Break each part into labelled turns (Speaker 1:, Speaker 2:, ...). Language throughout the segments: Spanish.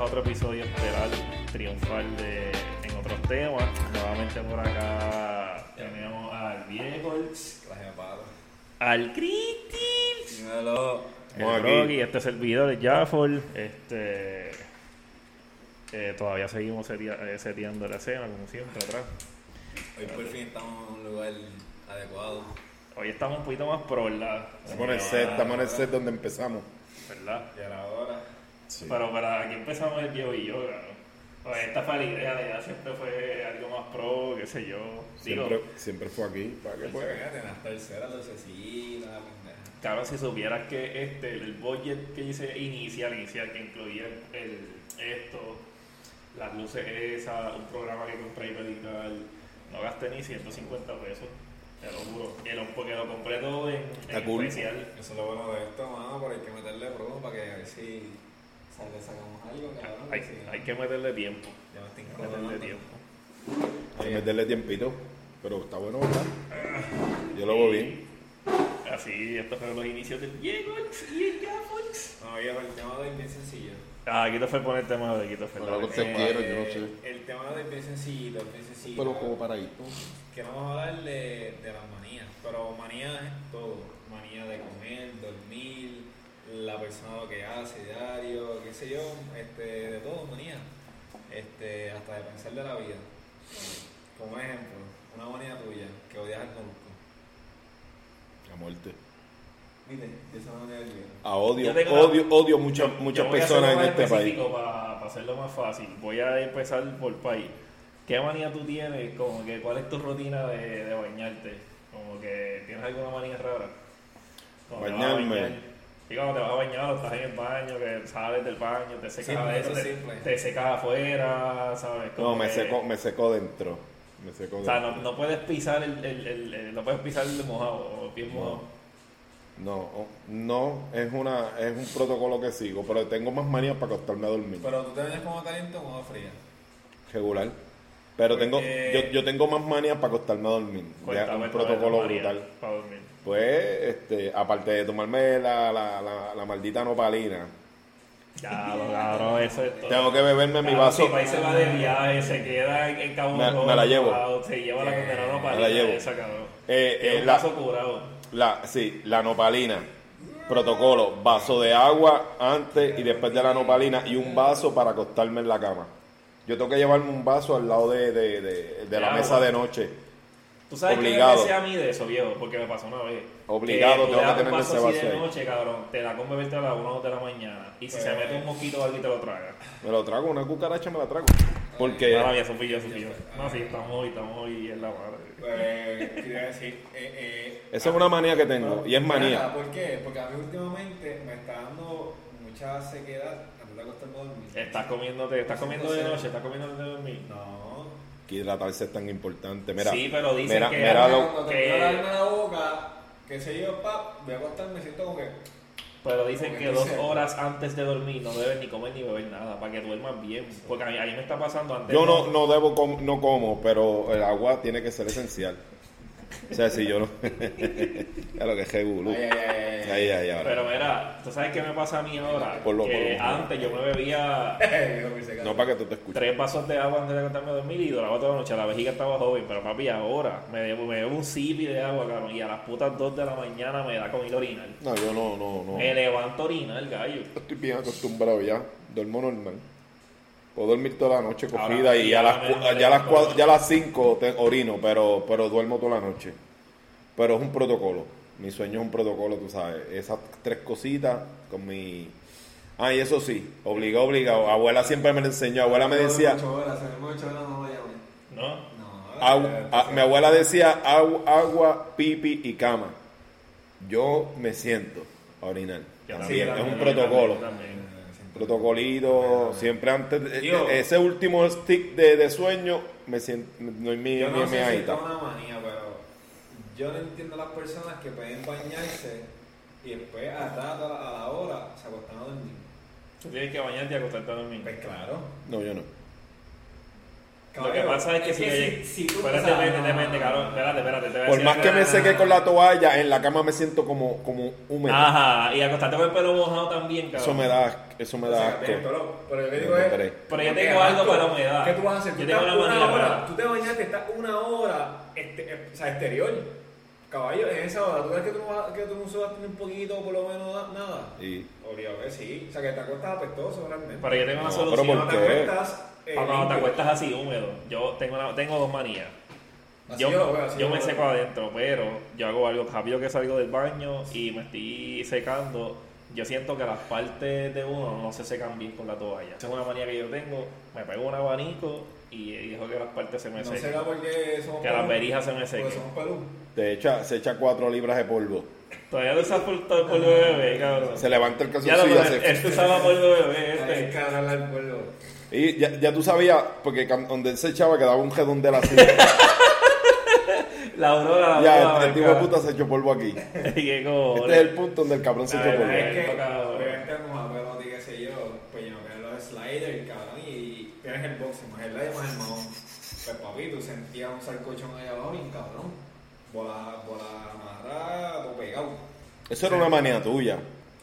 Speaker 1: otro episodio esperar triunfal de, en otros temas. Nuevamente por acá tenemos al Viejos,
Speaker 2: La jepada.
Speaker 1: al Critil,
Speaker 2: Dímelo.
Speaker 1: el
Speaker 3: Bueno, aquí.
Speaker 1: Rocky, este servidor, el Jaffor. Este, eh, todavía seguimos setia- eh, seteando la escena, como siempre, atrás.
Speaker 2: Hoy por fin estamos en un lugar adecuado.
Speaker 1: Hoy estamos un poquito más pro, ¿verdad?
Speaker 3: Estamos en el set, estamos en el set donde empezamos.
Speaker 1: ¿Verdad?
Speaker 2: Y a la hora.
Speaker 3: Sí.
Speaker 1: Pero para aquí empezamos el viejo y yo, claro. Pues esta fue la idea de ya siempre fue algo más pro, qué sé yo. Digo,
Speaker 3: siempre, siempre fue aquí. ¿Para qué fue?
Speaker 2: Fíjate, en las terceras lucecitas, la pendeja.
Speaker 1: Claro, si supieras que este, el budget que hice inicial, inicial, que incluía el, esto, las luces esas, un programa que compré y medical, no gasté ni 150 pesos, te lo juro. Y lo- porque lo compré todo en,
Speaker 3: Está
Speaker 1: en
Speaker 3: cool.
Speaker 1: especial.
Speaker 2: Eso es lo bueno de esto, mano, pero hay que meterle prueba para que a ver si sale, sacamos algo, cabrón.
Speaker 1: Hay,
Speaker 2: si no,
Speaker 1: hay que meterle tiempo.
Speaker 2: Ya me estoy
Speaker 1: Meterle
Speaker 3: Ah.
Speaker 2: incomodando.
Speaker 1: tiempo.
Speaker 3: Hay que meterle tiempito. Pero está bueno, ¿verdad? Yo lo veo bien.
Speaker 1: Y Así, estos fueron los inicios del Yegox y el Gafox.
Speaker 2: No, viejo, el tema de hoy es bien sencillo. Eh,
Speaker 1: Ah, aquí te fue poner el tema de aquí te fue.
Speaker 3: No lo
Speaker 1: dale.
Speaker 3: Te quiero, yo no sé.
Speaker 2: El tema de hoy es bien sencillito, es bien sencillo.
Speaker 3: para ahí. ¿no?
Speaker 2: Que vamos a hablar de, de las manías, pero manías es todo. Manía de comer, dormir, la persona lo que hace diario, qué sé yo, este, de todo, manía. Este, hasta de pensar de la vida. Como ejemplo, una manía tuya, que odias al molusco.
Speaker 3: A muerte.
Speaker 2: Mire, yo esa manía del
Speaker 3: A odio,
Speaker 1: Yo tengo la-
Speaker 3: odio, odio muchas muchas
Speaker 1: Yo voy a
Speaker 3: personas
Speaker 1: hacerlo
Speaker 3: en
Speaker 1: más
Speaker 3: este país.
Speaker 1: específico Para, para hacerlo más fácil, voy a empezar por país. ¿Qué manía tú tienes? Como que, ¿Cuál es tu rutina de, de bañarte? Como que, ¿Tienes alguna manía rara? Como que vas a
Speaker 3: Bañarme.
Speaker 1: bañar. Y cuando te vas a bañar, estás en el baño, que sales del baño, te secas
Speaker 2: Simple,
Speaker 1: adentro,
Speaker 2: eso
Speaker 1: te,
Speaker 2: simple.
Speaker 1: te secas afuera, ¿sabes?
Speaker 3: No,
Speaker 1: Como
Speaker 3: me
Speaker 1: que-
Speaker 3: seco, me seco dentro. Me seco
Speaker 1: Eh. O
Speaker 3: dentro.
Speaker 1: sea, no, no puedes pisar el, el- el- el- no puedes pisar el mojado, o bien mojado.
Speaker 3: No, o- no, es una, es un protocolo que sigo, pero tengo más manías para acostarme a dormir.
Speaker 2: Pero tú te bañas como caliente o como fría.
Speaker 3: Regular. Pero tengo,
Speaker 2: Porque-
Speaker 3: yo, yo tengo más manías para acostarme a dormir. Ya,
Speaker 1: Eh. Cuéntame,
Speaker 3: un
Speaker 1: cuéntame,
Speaker 3: protocolo
Speaker 1: María,
Speaker 3: brutal.
Speaker 1: Para dormir.
Speaker 3: Pues, este, aparte de tomarme la, la, la, la maldita nopalina,
Speaker 1: Ya, lo cabrón, eso es todo.
Speaker 3: tengo que beberme mi
Speaker 1: Claro,
Speaker 3: vaso.
Speaker 1: Si país Ah, se va de viaje, se queda en, en Cabo
Speaker 3: Me-
Speaker 1: Rojo,
Speaker 3: me la llevo.
Speaker 1: curado, Se lleva la
Speaker 2: Eh,
Speaker 1: condena no
Speaker 2: me
Speaker 1: para
Speaker 3: la llevo.
Speaker 1: esa, cabrón.
Speaker 3: Eh,
Speaker 1: Tiene
Speaker 3: eh,
Speaker 1: un
Speaker 3: la-
Speaker 1: caso curado.
Speaker 3: La, sí, la nopalina. Protocolo, vaso de agua antes y después de la nopalina y un vaso para acostarme en la cama. Yo tengo que llevarme un vaso al lado de, de, de- de la
Speaker 1: De
Speaker 3: mesa
Speaker 1: agua.
Speaker 3: de noche.
Speaker 1: ¿Tú sabes
Speaker 3: Obligado.
Speaker 1: qué me decía a mí de eso, viejo? Porque me pasó una vez.
Speaker 3: Obligado,
Speaker 1: tú
Speaker 3: tengo
Speaker 1: le das
Speaker 3: que
Speaker 1: un
Speaker 3: tener
Speaker 1: vaso
Speaker 3: ese
Speaker 1: así
Speaker 3: vaso
Speaker 1: de
Speaker 3: ahí.
Speaker 1: noche, cabrón. Te la con beberte a las 1 o 2 de la mañana. Y si se
Speaker 2: Eh.
Speaker 1: mete un mosquito o algo y te lo traga.
Speaker 3: Me lo trago, una cucaracha me la trago.
Speaker 1: Eh.
Speaker 3: Porque
Speaker 1: Mala mía, eso fui yo, eso fui yo.
Speaker 2: fue.
Speaker 1: No, sí, estamos hoy, estamos hoy en la madre.
Speaker 2: Pues, quería decir, eh, eh,
Speaker 3: esa es una manía que tengo y es manía.
Speaker 2: Nada, ¿Por qué? Porque a mí últimamente me está dando mucha sequedad antes de acostarme a dormir.
Speaker 1: Estás comiéndote, estás comiendo de
Speaker 2: Sí.
Speaker 1: noche, estás comiendo de dormir.
Speaker 2: No.
Speaker 3: Que hidratarse es tan importante. Mira,
Speaker 1: sí, pero dicen
Speaker 3: mira,
Speaker 1: que
Speaker 3: mira
Speaker 2: Pero
Speaker 3: lo-
Speaker 2: Cuando
Speaker 1: que-
Speaker 2: termino de darme la boca, qué sé yo, pap, voy a acostarme, me siento como que...
Speaker 1: Pero dicen
Speaker 2: Porque
Speaker 1: que dos
Speaker 2: dice-
Speaker 1: horas antes de dormir no debes ni comer ni beber nada para que duermas bien. Porque a mí, a mí me está pasando antes.
Speaker 3: yo no,
Speaker 1: de-
Speaker 3: no debo, com- no como, pero el agua tiene que ser esencial. O sea, si yo no. ya lo que es jebulú.
Speaker 2: Ay, ay, ay, ay,
Speaker 3: Ahí, ahí, ahora.
Speaker 1: Pero mira, ¿tú sabes qué me pasa a mí ahora?
Speaker 3: Por lo-
Speaker 1: que
Speaker 3: por lo-
Speaker 1: antes yo me bebía
Speaker 2: Yo me seca.
Speaker 3: No para que tú te escuches.
Speaker 1: tres vasos de agua antes de acostarme a dormir y duraba toda la noche. La vejiga estaba joven, pero papi, ahora me bebo, me bebo un sipi de agua, cabrón. Y a las putas dos de la mañana me da con ir a orinar.
Speaker 3: No, yo no, no, no.
Speaker 1: Me
Speaker 2: Eh,
Speaker 1: levanto a orinar, gallo.
Speaker 3: Estoy bien acostumbrado ya. Duermo normal. Puedo dormir toda la noche
Speaker 1: Ahora,
Speaker 3: cogida y a
Speaker 1: ahora
Speaker 3: las,
Speaker 1: me-
Speaker 3: cu-
Speaker 1: me
Speaker 3: ya a las,
Speaker 1: levanto.
Speaker 3: cuatro- ya a las 5 orino, pero, pero duermo toda la noche. Pero es un protocolo. Mi sueño es un protocolo, tú sabes. Esas tres cositas con mi... Ah, y eso sí, obligado, obligado. Abuela siempre me lo enseñó. Abuela me decía...
Speaker 2: Ocho horas, se me mueve ocho horas, no lo llame.
Speaker 1: ¿No?
Speaker 2: No. eh,
Speaker 3: Agu- a- mi abuela decía agu- agua, pipi y cama. Yo me siento a orinar.
Speaker 1: Yo también,
Speaker 3: También, es un
Speaker 1: yo también,
Speaker 3: protocolo.
Speaker 1: yo también.
Speaker 3: Protocolito, siempre antes. de-
Speaker 1: Digo-
Speaker 3: ese último stick de, de sueño, me siento. No es mi,
Speaker 2: Yo
Speaker 3: mi-
Speaker 2: no sé
Speaker 3: mi
Speaker 2: si
Speaker 3: ahí
Speaker 2: es
Speaker 3: está.
Speaker 2: una manía, pero yo no entiendo a las personas que pueden bañarse y después a rato, a la- a la hora, se acostan a dormir.
Speaker 1: Tú tienes que bañarte y acostarte a dormir.
Speaker 2: Pues claro.
Speaker 3: No, yo no.
Speaker 1: Lo que pasa es que si,
Speaker 2: si, si tú
Speaker 1: Espérate,
Speaker 2: o sea,
Speaker 1: espérate,
Speaker 2: no,
Speaker 1: espérate, cabrón. Espérate, espérate. te voy a
Speaker 3: Por
Speaker 1: decir
Speaker 3: más que
Speaker 1: algo.
Speaker 3: me seque con la toalla, en la cama me siento como, como húmedo.
Speaker 1: Ajá, y acostarte con el pelo mojado también, cabrón.
Speaker 3: Eso me da, asco, eso me
Speaker 2: o
Speaker 3: da
Speaker 2: sea,
Speaker 3: asco.
Speaker 2: bien, pero, pero yo
Speaker 3: Me
Speaker 2: digo es.
Speaker 3: enteré.
Speaker 1: Pero yo
Speaker 2: ¿qué
Speaker 1: tengo algo
Speaker 2: haces tú?
Speaker 1: para la humedad.
Speaker 2: ¿Qué tú vas a hacer?
Speaker 1: Yo
Speaker 2: Tú
Speaker 1: tengo
Speaker 2: estás
Speaker 1: una
Speaker 2: una
Speaker 1: manía
Speaker 2: hora.
Speaker 1: rara.
Speaker 2: Tú te bañaste, estás una hora este, eh, o sea, exterior. Caballo, en esa hora, ¿tú crees que tú, no vas- que tú no sudaste ni un poquito, por lo menos na- nada?
Speaker 3: Y-
Speaker 2: Obligado que sí. O sea, que te acuestas apestoso realmente.
Speaker 1: Pero yo tengo una
Speaker 3: No,
Speaker 1: solución.
Speaker 3: pero
Speaker 2: no
Speaker 3: ¿por
Speaker 2: te
Speaker 3: qué?
Speaker 2: acuestas. eh,
Speaker 1: Para cuando Ah, te
Speaker 2: limpio.
Speaker 1: acuestas así húmedo. Yo tengo, una- tengo dos manías.
Speaker 2: Así
Speaker 1: Yo,
Speaker 2: yo lo veo, así
Speaker 1: yo
Speaker 2: yo
Speaker 1: me
Speaker 2: lo
Speaker 1: seco
Speaker 2: veo.
Speaker 1: adentro, pero yo hago algo rápido que salgo del baño y me estoy secando. Yo siento que las partes de uno no se secan bien con la toalla. Esa es una manía que yo tengo. Me pego un abanico y dejo que las partes se me
Speaker 2: No
Speaker 1: sequen.
Speaker 2: será porque somos
Speaker 1: que las
Speaker 2: pelú.
Speaker 1: verijas se me
Speaker 2: Porque
Speaker 1: sequen.
Speaker 2: somos pelú.
Speaker 3: Te echa, se echa cuatro libras de polvo.
Speaker 1: Todavía lo usas por, por polvo de bebé, cabrón.
Speaker 3: Se levanta el
Speaker 1: Ya lo
Speaker 3: calzoncillo.
Speaker 1: sabes,
Speaker 3: se-
Speaker 1: él se usaba polvo de bebé
Speaker 2: Ay,
Speaker 1: este.
Speaker 2: cara, al pueblo.
Speaker 3: Y ya, ya tú sabías, porque cam- donde él se echaba quedaba un redondel así.
Speaker 1: La aurora, la
Speaker 3: ya,
Speaker 1: aurora,
Speaker 3: el, el tipo de
Speaker 1: marca.
Speaker 3: puta se echó polvo aquí.
Speaker 1: Y como-
Speaker 3: Este es el punto donde el cabrón se
Speaker 2: La
Speaker 3: echó
Speaker 2: verdad
Speaker 3: polvo.
Speaker 2: es que,
Speaker 1: Tocado,
Speaker 2: obviamente, como abuelo, di qué sé yo, pues yo me los sliders, cabrón, y tienes el boxeo, más el slider, más el mahón. Pues papi, tú sentías un salcochón ahí abajo, bien cabrón. Bola, bola amarrada, todo pegado.
Speaker 3: Eso era una manía tuya.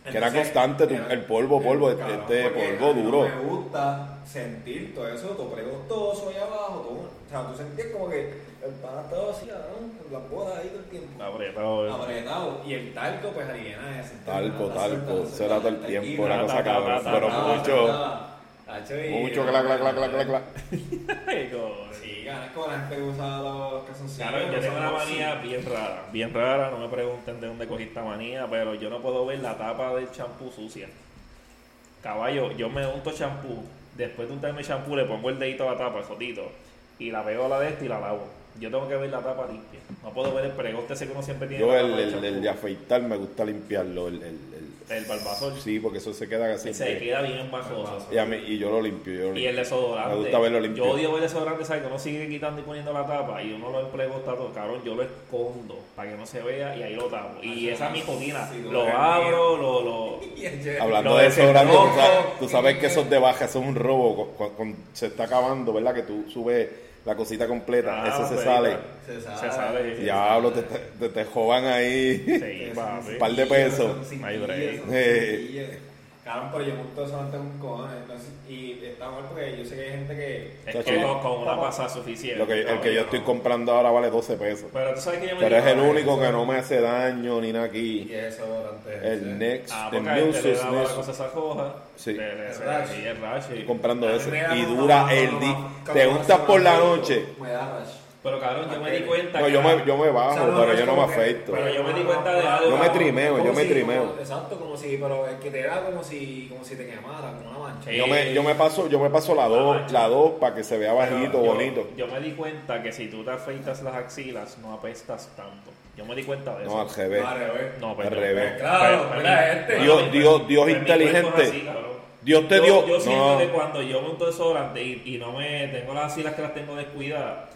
Speaker 3: Que era
Speaker 2: Entonces,
Speaker 3: constante tu-
Speaker 2: era-
Speaker 3: el polvo, polvo,
Speaker 2: cabrón,
Speaker 3: este
Speaker 2: porque
Speaker 3: polvo
Speaker 2: a mí
Speaker 3: duro.
Speaker 2: No me gusta sentir todo eso, todo pregostoso ahí abajo, todo. O sea, tú sentías como que el pana estaba así, cabrón, con las bolas ahí todo el tiempo.
Speaker 3: Ah,
Speaker 1: Apretado, ¿eh? bebé.
Speaker 2: Ah, Apretado. Y el talco, pues aliena ese.
Speaker 3: Talco, talco, eso era todo el tiempo,
Speaker 1: Ta,
Speaker 3: era
Speaker 1: ta,
Speaker 3: cosa
Speaker 1: ta,
Speaker 3: cabrón,
Speaker 1: ta,
Speaker 3: pero
Speaker 1: ta, ta,
Speaker 3: mucho, mucho clac, clac, clac, clac, clac, clac.
Speaker 1: Y como-
Speaker 2: Sí, ganas con la gente que usa los calzoncillos.
Speaker 1: Claro, yo
Speaker 2: los
Speaker 1: tengo una
Speaker 2: zapatos,
Speaker 1: manía bien rara, bien rara, no me pregunten de dónde cogí esta manía, pero yo no puedo ver la tapa del champú sucia. Caballo, yo me unto champú, después de untarme champú le pongo el dedito a la tapa, el jodito, y la pego a la de esta y la lavo. Yo tengo que ver la tapa limpia, no puedo ver el pregote ese que uno siempre tiene. en
Speaker 3: Yo
Speaker 1: la
Speaker 3: el,
Speaker 1: tapa del
Speaker 3: el, el de
Speaker 1: champú.
Speaker 3: afeitar me gusta limpiarlo, el, el,
Speaker 1: El barbasol,
Speaker 3: el- sí, porque eso se queda
Speaker 1: que
Speaker 3: así.
Speaker 1: se queda bien bajoso.
Speaker 3: Y, a mí- y yo lo limpio, yo lo
Speaker 1: Y el
Speaker 3: limpio.
Speaker 1: desodorante.
Speaker 3: Me gusta verlo limpio.
Speaker 1: Yo odio ver el desodorante, ¿sabes? Que uno sigue quitando y poniendo la tapa y uno lo empleo todo. Cabrón, yo lo escondo para que no se vea y ahí lo tapo. Y
Speaker 2: Ah,
Speaker 1: esa es mi
Speaker 2: sí,
Speaker 1: rutina.
Speaker 2: sí,
Speaker 1: Lo
Speaker 2: lo
Speaker 1: abro, lo, lo.
Speaker 2: Y el Jerry.
Speaker 3: Hablando
Speaker 1: Lo
Speaker 3: de
Speaker 1: de
Speaker 3: desodorante,
Speaker 1: Sedoco,
Speaker 3: tú sabes, tú sabes
Speaker 2: y-
Speaker 3: que esos de baja son un robo. cu- cu- cu- se está acabando, ¿verdad? Que tú subes la cosita completa,
Speaker 1: Ah,
Speaker 3: eso se
Speaker 1: pues,
Speaker 3: sale.
Speaker 2: Se sabe.
Speaker 1: Se sale.
Speaker 3: Diablo, te, te, te, te jodan ahí.
Speaker 1: Sí,
Speaker 2: Son
Speaker 1: papi.
Speaker 3: Par de
Speaker 2: cintillos,
Speaker 3: pesos.
Speaker 2: son
Speaker 1: No hay break.
Speaker 2: cintillos, son
Speaker 3: Eh.
Speaker 2: cintillos. Cabrón, pero yo monto eso antes de un cojones. entonces, Y está mal porque yo sé que hay gente que.
Speaker 1: Es que con, con una pasada suficiente.
Speaker 3: Lo que, el que
Speaker 1: cabrón.
Speaker 3: yo estoy comprando ahora vale 12 pesos.
Speaker 1: Pero tú sabes que yo me
Speaker 3: Pero es
Speaker 1: digo, ah,
Speaker 3: el único que no me hace daño ni nada
Speaker 2: Y
Speaker 3: aquí.
Speaker 2: eso durante.
Speaker 3: El Next,
Speaker 1: Ah,
Speaker 3: el
Speaker 1: porque a este le
Speaker 3: Muses,
Speaker 1: daba la
Speaker 3: Nexus.
Speaker 1: cosa esa coja.
Speaker 3: Sí.
Speaker 1: le- le-
Speaker 2: El
Speaker 1: se-
Speaker 2: rash.
Speaker 1: y el rash, y-
Speaker 3: comprando
Speaker 2: A mí
Speaker 3: eso
Speaker 2: me da
Speaker 3: y
Speaker 2: como-
Speaker 3: dura
Speaker 2: como-
Speaker 3: el
Speaker 2: como-
Speaker 3: día.
Speaker 2: como-
Speaker 3: Te
Speaker 2: como-
Speaker 3: untas
Speaker 2: como-
Speaker 3: por la
Speaker 2: como-
Speaker 3: noche.
Speaker 2: Me da rash.
Speaker 1: Pero cabrón, yo me di cuenta.
Speaker 3: No,
Speaker 1: que-
Speaker 3: yo me, yo me
Speaker 2: O sea,
Speaker 3: bajo,
Speaker 2: no,
Speaker 3: pero
Speaker 2: es
Speaker 3: yo no me
Speaker 2: como que-
Speaker 3: afeito.
Speaker 1: Pero yo me di cuenta de algo.
Speaker 3: Yo me trimeo,
Speaker 2: Como
Speaker 3: yo me
Speaker 2: si-
Speaker 3: trimeo.
Speaker 2: como- exacto, como si, pero es que te da como si, como si te quemara, como una mancha.
Speaker 1: Sí.
Speaker 3: Yo me, yo me paso, yo me paso la dos, la dos para que se vea bajito,
Speaker 1: Yo-
Speaker 3: bonito.
Speaker 1: Yo me di cuenta que si tú te afeitas las axilas, no apestas tanto. Yo me di cuenta de eso.
Speaker 3: No, al revés.
Speaker 2: No, al revés.
Speaker 1: No,
Speaker 3: Al revés.
Speaker 2: Pues Claro, este. ¿verdad,
Speaker 1: mi-
Speaker 2: gente?
Speaker 1: pero
Speaker 3: Dios-
Speaker 1: mi-
Speaker 3: Dios-
Speaker 1: pero mi
Speaker 3: Dios
Speaker 1: cuerpo es
Speaker 3: inteligente.
Speaker 1: así, cabrón.
Speaker 3: Dios te
Speaker 1: yo,
Speaker 3: dio.
Speaker 1: Yo siento
Speaker 3: no.
Speaker 1: que cuando yo monto desodorante y, y no me tengo las axilas que las tengo descuidadas,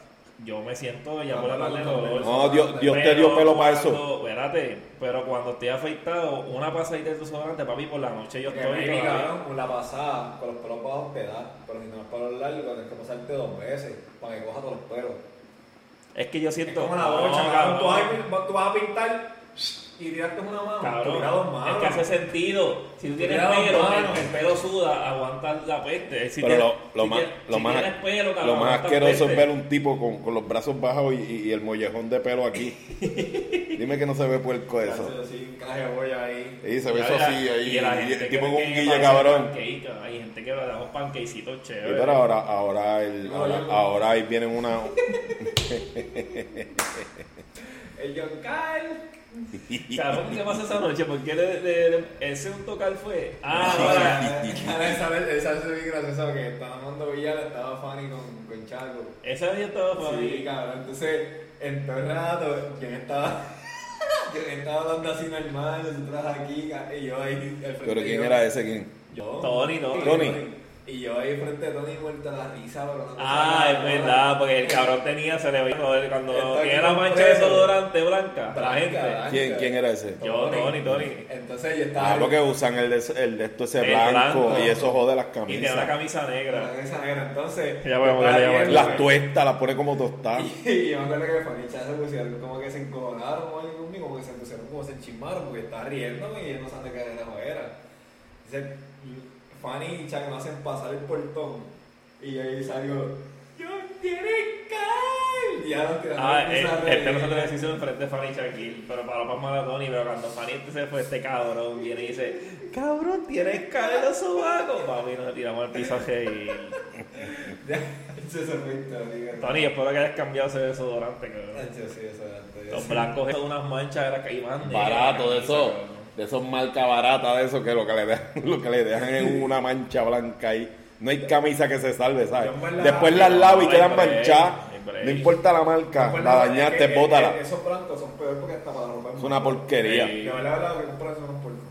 Speaker 1: yo me siento ya
Speaker 2: No,
Speaker 1: por la
Speaker 2: no,
Speaker 1: tarde
Speaker 2: no,
Speaker 1: dolor.
Speaker 3: No,
Speaker 1: ah,
Speaker 3: Dios, Dios te dio pelo para eso.
Speaker 1: cuando- Espérate, pero cuando estoy afeitado, una pasadita de desodorante, papi, por la noche yo
Speaker 2: Porque
Speaker 1: estoy.
Speaker 2: maybe,
Speaker 1: todavía-
Speaker 2: cabrón, con la pasada, con los pelos bajos te da, pero si no los pelos largos, tienes que pasarte dos veces para que coja todos los pelos.
Speaker 1: Es que yo
Speaker 2: Es
Speaker 1: siento.
Speaker 2: como la
Speaker 1: No,
Speaker 2: bocha, cabrón. Tú vas,
Speaker 1: cabrón.
Speaker 2: a, tú vas a pintar y tiraste una mano, tú
Speaker 1: Cabrón,
Speaker 2: tiras dos manos.
Speaker 1: es que hace sentido. Si tú tienes
Speaker 2: Cuidado,
Speaker 1: pelo,
Speaker 2: mano.
Speaker 1: el, el pelo suda, aguantas la peste. Si
Speaker 3: Pero
Speaker 1: tienes-
Speaker 3: lo, lo
Speaker 1: si
Speaker 3: más,
Speaker 1: tienes-
Speaker 3: lo
Speaker 1: si
Speaker 3: más,
Speaker 1: tienes pelo, cabrón,
Speaker 3: lo más
Speaker 1: aguantas
Speaker 3: asqueroso
Speaker 1: peste.
Speaker 3: es ver un tipo con, con los brazos bajos y, y- y el mollejón de pelo aquí. Dime que no se ve puerco eso.
Speaker 2: Hace así, un caje de olla ahí.
Speaker 3: Y se ve
Speaker 1: Ya
Speaker 3: eso
Speaker 1: verás,
Speaker 3: así, ahí,
Speaker 1: y la
Speaker 3: y
Speaker 1: gente
Speaker 3: el tipo
Speaker 1: cree
Speaker 3: con un
Speaker 1: que
Speaker 3: guille
Speaker 1: parece
Speaker 3: cabrón.
Speaker 1: pancake, cabrón. Hay gente que le da un panquecitos
Speaker 3: Y
Speaker 1: chévere.
Speaker 3: pero ahora, ahora, el,
Speaker 2: No,
Speaker 3: ahora,
Speaker 2: yo no.
Speaker 3: ahora ahí vienen una...
Speaker 2: El John Kyle.
Speaker 1: Cabrón, ¿qué pasa esa noche? ¿Por qué le, le- le- ese un tocar fue? Ah, ahora.
Speaker 2: Ahora, esa vez esa vez es bien graciosa porque estaba Armando Villar, estaba Fanny con, con Chaco.
Speaker 1: Esa vez yo estaba
Speaker 2: Sí,
Speaker 1: familia.
Speaker 2: cabrón. Entonces, en todo el rato, yo estaba. Yo estaba hablando así normal, nosotros aquí, ca- y yo ahí. al frente
Speaker 3: Pero
Speaker 2: de
Speaker 3: ¿quién
Speaker 2: yo.
Speaker 3: era ese? ¿Quién?
Speaker 2: Yo.
Speaker 1: Tony, ¿no?
Speaker 3: Tony.
Speaker 2: Y Y yo ahí frente a Tony muerta la risa, pero no
Speaker 1: Ah, es verdad, porque el cabrón tenía, se le veía cuando
Speaker 2: Está
Speaker 1: tiene
Speaker 2: aquí
Speaker 1: la
Speaker 2: con
Speaker 1: mancha de
Speaker 2: preso.
Speaker 1: desodorante blanca, pues, la gente.
Speaker 2: Blanca.
Speaker 3: ¿Quién, quién era ese?
Speaker 1: Yo, Tony, Tony.
Speaker 2: Entonces yo estaba.
Speaker 3: Ah, porque usan el de, el de esto ese
Speaker 1: El
Speaker 3: blanco,
Speaker 1: blanco.
Speaker 3: y eso jode las
Speaker 1: Y tenía una
Speaker 3: camisas.
Speaker 1: camisa
Speaker 2: la
Speaker 1: negra.
Speaker 2: cabeza negra, entonces.
Speaker 1: Ya podemos
Speaker 2: yo estaba
Speaker 1: darle, ya
Speaker 2: viendo-
Speaker 1: podemos
Speaker 3: Las tuesta, las pone como
Speaker 1: Ah.
Speaker 3: tostadas.
Speaker 2: Y yo me acuerdo que Fanicha se pusieron como que se encojonaron o algo conmigo, como que se pusieron como se enchismaron porque estaba riéndome y ellos no saben de qué carajo era. Dice, Fanny y Chuck me hacen pasar el portón y yo ahí salgo, ¡Yo tiene cal! Y ya nos quedamos
Speaker 1: Ah,
Speaker 2: en
Speaker 1: eh,
Speaker 2: esa
Speaker 1: este
Speaker 2: reunión.
Speaker 1: nosotros le hicimos enfrente de Fanny Shaquille, pero para los palmas de Tony, pero cuando Fanny se fue, este cabrón viene y dice, cabrón, tienes cara los sobacos. Papi, nos tiramos al pisaje y...
Speaker 2: Eso es perfecto, digo.
Speaker 1: Tony, espero que hayas cambiado ese desodorante, cabrón.
Speaker 2: Ancho, sí, eso era antes.
Speaker 1: Los blancos esos de unas manchas de la caimán. negra,
Speaker 3: Barato,
Speaker 1: la
Speaker 3: de
Speaker 1: camisa,
Speaker 3: eso.
Speaker 1: cabrón.
Speaker 3: De esos marca barata, de eso que lo que le dejan, lo que le dejan es una mancha blanca ahí. No hay camisa que se salve, ¿sabes?
Speaker 2: Yo en verdad-
Speaker 3: Después las lavo y
Speaker 1: No,
Speaker 3: quedan
Speaker 1: hay break,
Speaker 3: manchadas.
Speaker 1: hay break.
Speaker 3: No importa la marca, la dañaste,
Speaker 2: Es que-
Speaker 3: bótala.
Speaker 2: es que Esos blancos son peor porque hasta para la ropa.
Speaker 3: Es una porquería.
Speaker 1: Sí.
Speaker 2: Yo le hablaba que comprar son unos puercos.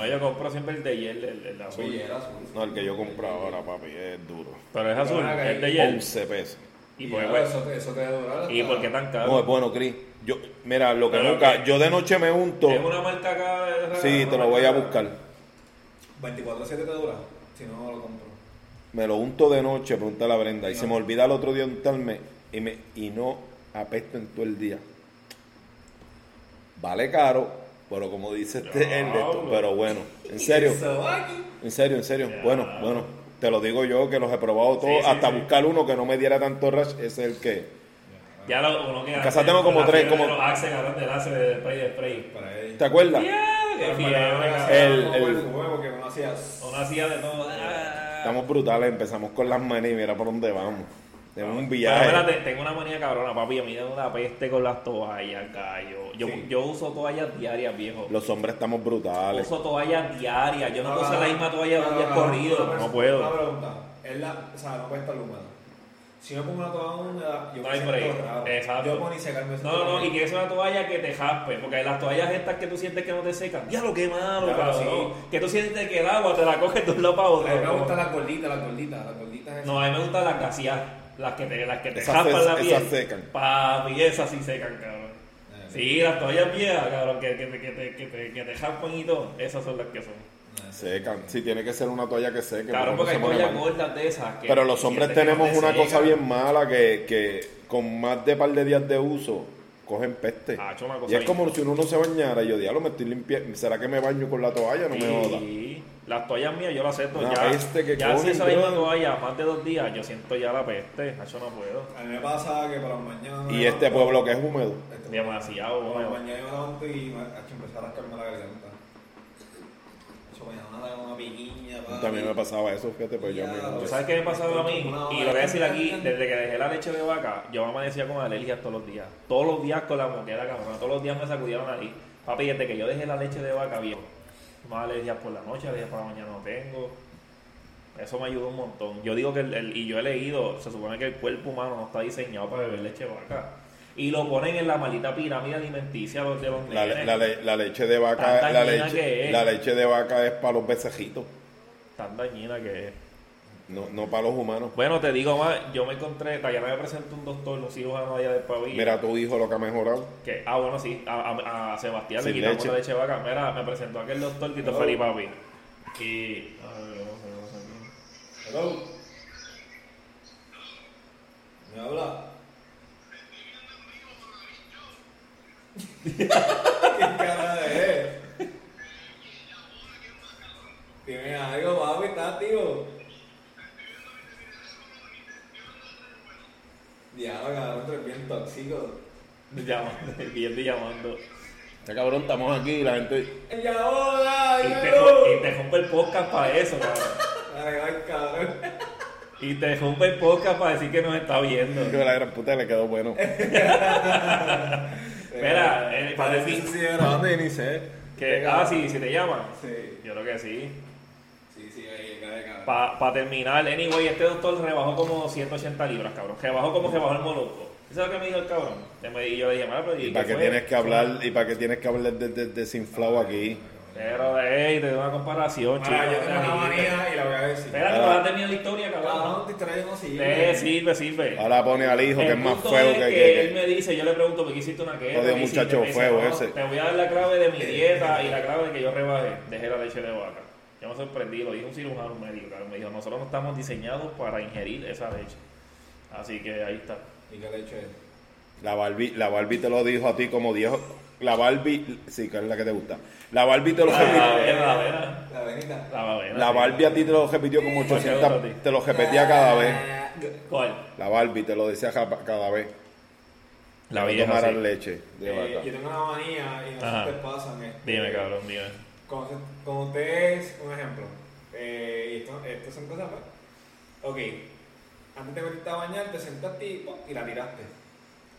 Speaker 1: No, yo compro siempre el de Yel, el, el azul.
Speaker 2: Oye, era azul.
Speaker 3: No, el que yo compro ahora, papi, es duro.
Speaker 1: Pero es azul,
Speaker 2: Ahora que
Speaker 1: el de
Speaker 2: hay-
Speaker 1: Yel.
Speaker 3: 11 pesos.
Speaker 1: Y,
Speaker 2: Y
Speaker 1: por
Speaker 2: ahora
Speaker 1: qué-
Speaker 2: eso, eso te duraba
Speaker 1: y por qué tan caro.
Speaker 3: No, es bueno, Cris. Yo, mira, lo que
Speaker 1: Pero
Speaker 3: nunca,
Speaker 1: que-
Speaker 3: yo de noche me unto.
Speaker 1: es una marca acá de rara,
Speaker 3: Sí,
Speaker 1: una
Speaker 3: te lo voy a
Speaker 1: marca-
Speaker 3: buscar.
Speaker 2: 24 7 te dura, si no no lo compro.
Speaker 3: Me lo unto de noche, pregunta la Brenda. Y se me olvida el otro día untarme y, me, y no apesto en todo el día. Vale caro, pero como dice este, el de esto,
Speaker 1: Diablo.
Speaker 3: pero bueno, en serio,
Speaker 2: Eso aquí.
Speaker 3: en serio, en serio.
Speaker 1: Ya.
Speaker 3: Bueno, bueno, te lo digo yo que los he probado
Speaker 1: Sí,
Speaker 3: todos,
Speaker 1: sí,
Speaker 3: hasta
Speaker 1: sí.
Speaker 3: buscar uno que no me diera tanto rush, ese es el que.
Speaker 1: Ya lo, uno que
Speaker 3: En casa tengo como tres, como-
Speaker 1: Los Axe, cabrón, de láser, de spray, de spray.
Speaker 2: Para él.
Speaker 3: ¿Te acuerdas?
Speaker 1: Ya, qué
Speaker 2: Para
Speaker 1: fiebre,
Speaker 2: para-
Speaker 1: cabrón.
Speaker 3: Eh. el-
Speaker 2: como
Speaker 3: el-
Speaker 2: huevo que uno hacía.
Speaker 1: Uno hacía de todo. ah.
Speaker 3: Estamos brutales, empezamos con las manías y mira por dónde vamos. Tenemos un
Speaker 1: Pero
Speaker 3: viaje.
Speaker 1: espérate, tengo una manía cabrona, papi. A mí me da una peste con las toallas, gallo. Yo,
Speaker 2: Sí.
Speaker 1: yo uso toallas diarias, viejo.
Speaker 3: Los hombres estamos brutales.
Speaker 1: Uso toallas diarias. Yo no puedo
Speaker 2: Ah,
Speaker 1: usar la misma toalla
Speaker 2: ah,
Speaker 1: un día corrido.
Speaker 2: una
Speaker 1: No
Speaker 2: Una
Speaker 1: puedo.
Speaker 2: pregunta. Es la, o sea, no puede estar húmeda. Si yo pongo una toalla húmeda, yo
Speaker 1: No
Speaker 2: me
Speaker 1: hay
Speaker 2: siento
Speaker 1: break.
Speaker 2: raro.
Speaker 1: Exacto.
Speaker 2: Yo puedo ni secarme esa
Speaker 1: No, no, no,
Speaker 2: toalla.
Speaker 1: y que es una toalla que te jaspe, porque las toallas estas que tú sientes que no te secan, ya lo que malo,
Speaker 2: Claro,
Speaker 1: cabrón. Que tú sientes que el agua te la coges de un lado para
Speaker 2: A mí me
Speaker 1: otro.
Speaker 2: gustan las gorditas, las gorditas, las gorditas. esas.
Speaker 1: No, a mí me gustan las gaseas, las que te, las que te
Speaker 3: Esas
Speaker 1: jaspan
Speaker 3: se-
Speaker 1: la piel.
Speaker 3: esas secan.
Speaker 1: Papi, esas sí secan, cabrón.
Speaker 2: Eh,
Speaker 1: Sí, las toallas viejas, cabrón, que, que, te- que, te- que, te- que te jaspan y todo, esas son las que son.
Speaker 2: eh,
Speaker 3: Secan. Sí, tiene que ser una toalla que seque.
Speaker 1: Cabrón, porque
Speaker 3: porque
Speaker 1: hay
Speaker 3: no se pone
Speaker 1: toallas
Speaker 3: mal.
Speaker 1: gordas de esas. que-
Speaker 3: Pero los
Speaker 1: que
Speaker 3: hombres
Speaker 1: sientes que no
Speaker 3: tenemos
Speaker 1: te
Speaker 3: una
Speaker 1: secan.
Speaker 3: cosa bien mala que, que con más de par de días de uso cogen peste.
Speaker 1: Ah, chuma, cosa
Speaker 3: y es
Speaker 1: bien.
Speaker 3: como si uno no se bañara y yo, diablo, me estoy limpiando. ¿Será que me baño con la toalla? No me joda.
Speaker 1: Sí, las toallas mías yo las acepto
Speaker 3: Una
Speaker 1: ya.
Speaker 3: peste que
Speaker 1: ya si
Speaker 3: cogen,
Speaker 1: esa misma
Speaker 3: bro.
Speaker 1: toalla más de dos días, yo siento ya la peste, Nacho no puedo.
Speaker 2: A mí me pasa que por las mañanas.
Speaker 3: Y este pueblo que es húmedo.
Speaker 2: Este-
Speaker 1: Demasiado,
Speaker 2: Por la
Speaker 1: bueno.
Speaker 2: mañana yo me levanto y me ha hecho empezar a rascarme la garganta. Hecho, mañana era una piquiña, papi.
Speaker 3: También me pasaba eso, fíjate, pero yo
Speaker 2: Ya,
Speaker 3: me...
Speaker 1: ¿Tú Pues, sabes qué me pasaba a mí? Y lo voy a decir aquí, desde que dejé la leche de vaca, yo me amanecía con alergias todos los días. Todos los días con la moquera, cabrón. Todos los días me sacudieron ahí. Papi, desde que yo dejé la leche de vaca, viejo. Más alergias por la noche, alergias por la mañana no tengo. Eso me ayudó un montón. Yo digo que, el, el- y yo he leído, se supone que el cuerpo humano no está diseñado para beber leche de vaca. Y lo ponen en la maldita pirámide alimenticia los de los
Speaker 3: La, le-
Speaker 1: nenes.
Speaker 3: la le- la leche de vaca
Speaker 1: Tan
Speaker 3: la
Speaker 1: dañina que
Speaker 3: leche,
Speaker 1: es.
Speaker 3: la leche de vaca es para los becejitos,
Speaker 1: Tan dañina que es.
Speaker 3: no, no para los humanos.
Speaker 1: Bueno, te digo más, yo me encontré, Dayana me presentó un doctor, un cirujano allá de Pavía.
Speaker 3: Mira tu hijo lo que ha mejorado.
Speaker 1: Que, ah, bueno, sí, a, a- a Sebastián
Speaker 3: Sin
Speaker 1: le quitamos
Speaker 3: leche.
Speaker 1: la leche de vaca. Mira, me presentó aquel doctor Tito
Speaker 2: Oh.
Speaker 1: Felipe Papi. Y. a ver, vamos a ver, vamos a ver.
Speaker 2: Hello. ¿Me habla? ¿Qué cara es? Dime algo, papi, está tío. Diablo, cabrón, tú eres bien tóxico.
Speaker 1: Llamando, viendo y llamando.
Speaker 3: Este cabrón, estamos aquí y la gente...
Speaker 2: ¡Ya hola!
Speaker 1: Y te,
Speaker 2: dímelo.
Speaker 1: y te rompe el podcast para eso, cabrón.
Speaker 2: Ay, ay, cabrón.
Speaker 1: Y te rompe el podcast para decir que nos está viendo.
Speaker 3: Yo la gran puta le quedó bueno.
Speaker 1: Mira, eh, para decir
Speaker 2: Sí, era.
Speaker 3: ni sé. Este
Speaker 1: que. Ah, sí, si te llaman.
Speaker 2: Sí,
Speaker 1: Yo creo que sí.
Speaker 2: sí, sí, ahí, cae, cabrón.
Speaker 1: Para terminar, anyway, este doctor rebajó como 180 libras, cabrón. Rebajó como rebajó el molusco. ¿Eso es lo que me dijo el cabrón? Y me- Y yo le dije, mala, pero...
Speaker 3: ¿Y para qué
Speaker 1: fue?"
Speaker 3: tienes que hablar? ¿Y para qué tienes que hablar de, de- desinflado aquí?
Speaker 1: Pero, hey, te doy una comparación, chico.
Speaker 4: Mira, yo tengo una
Speaker 1: Espérate,
Speaker 4: manía y la voy a decir.
Speaker 1: que
Speaker 3: Ahora-
Speaker 1: vas a terminar la historia, cabrón.
Speaker 2: Cabrón, te trae uno así.
Speaker 1: Te sirve, sirve.
Speaker 3: Ahora pone al hijo Ah, que es
Speaker 1: El
Speaker 3: más
Speaker 1: punto
Speaker 3: feo
Speaker 1: es
Speaker 3: que,
Speaker 1: que,
Speaker 3: que-
Speaker 1: él me dice, yo le pregunto, ¿por qué hiciste una queja?
Speaker 3: Jodido
Speaker 1: ¿Qué hiciste?
Speaker 3: muchacho
Speaker 1: Me dice,
Speaker 3: feo
Speaker 1: "No,
Speaker 3: ese".
Speaker 1: Te voy a dar la clave de mi dieta y la clave de que yo rebajé. Dejé la leche de vaca. Yo me sorprendí, lo dijo un cirujano médico, claro. Me dijo, nosotros no estamos diseñados para ingerir esa leche. Así que ahí está.
Speaker 4: ¿Y qué le he hecho él?
Speaker 3: La Barbie, la Barbie te lo dijo a ti como dijo. La Barbie, sí, que es la que te gusta. La Barbie te lo
Speaker 1: La
Speaker 3: repitió.
Speaker 1: vena, la vena.
Speaker 2: La venita.
Speaker 1: La babena.
Speaker 3: La
Speaker 1: Ah, sí. Pues
Speaker 3: Barbie a ti te lo repitió como
Speaker 1: ¿Cuál te
Speaker 3: 800.
Speaker 1: gusta?
Speaker 3: Te lo repetía cada vez.
Speaker 1: ¿Cuál?
Speaker 3: La Barbie te lo decía ca- cada vez.
Speaker 1: La
Speaker 3: No
Speaker 1: vieja,
Speaker 3: tomaras
Speaker 1: sí.
Speaker 3: leche de
Speaker 2: Eh,
Speaker 3: vaca.
Speaker 2: yo tengo una manía y no
Speaker 1: Ajá.
Speaker 2: sé si te pasan. eh.
Speaker 1: Dime, cabrón, dime.
Speaker 2: Como, se- como ustedes, un ejemplo. Eh, y esto, esto son cosas, pues. Ok. Antes de meterte a bañar, te sentaste y, ¡pum! y la tiraste.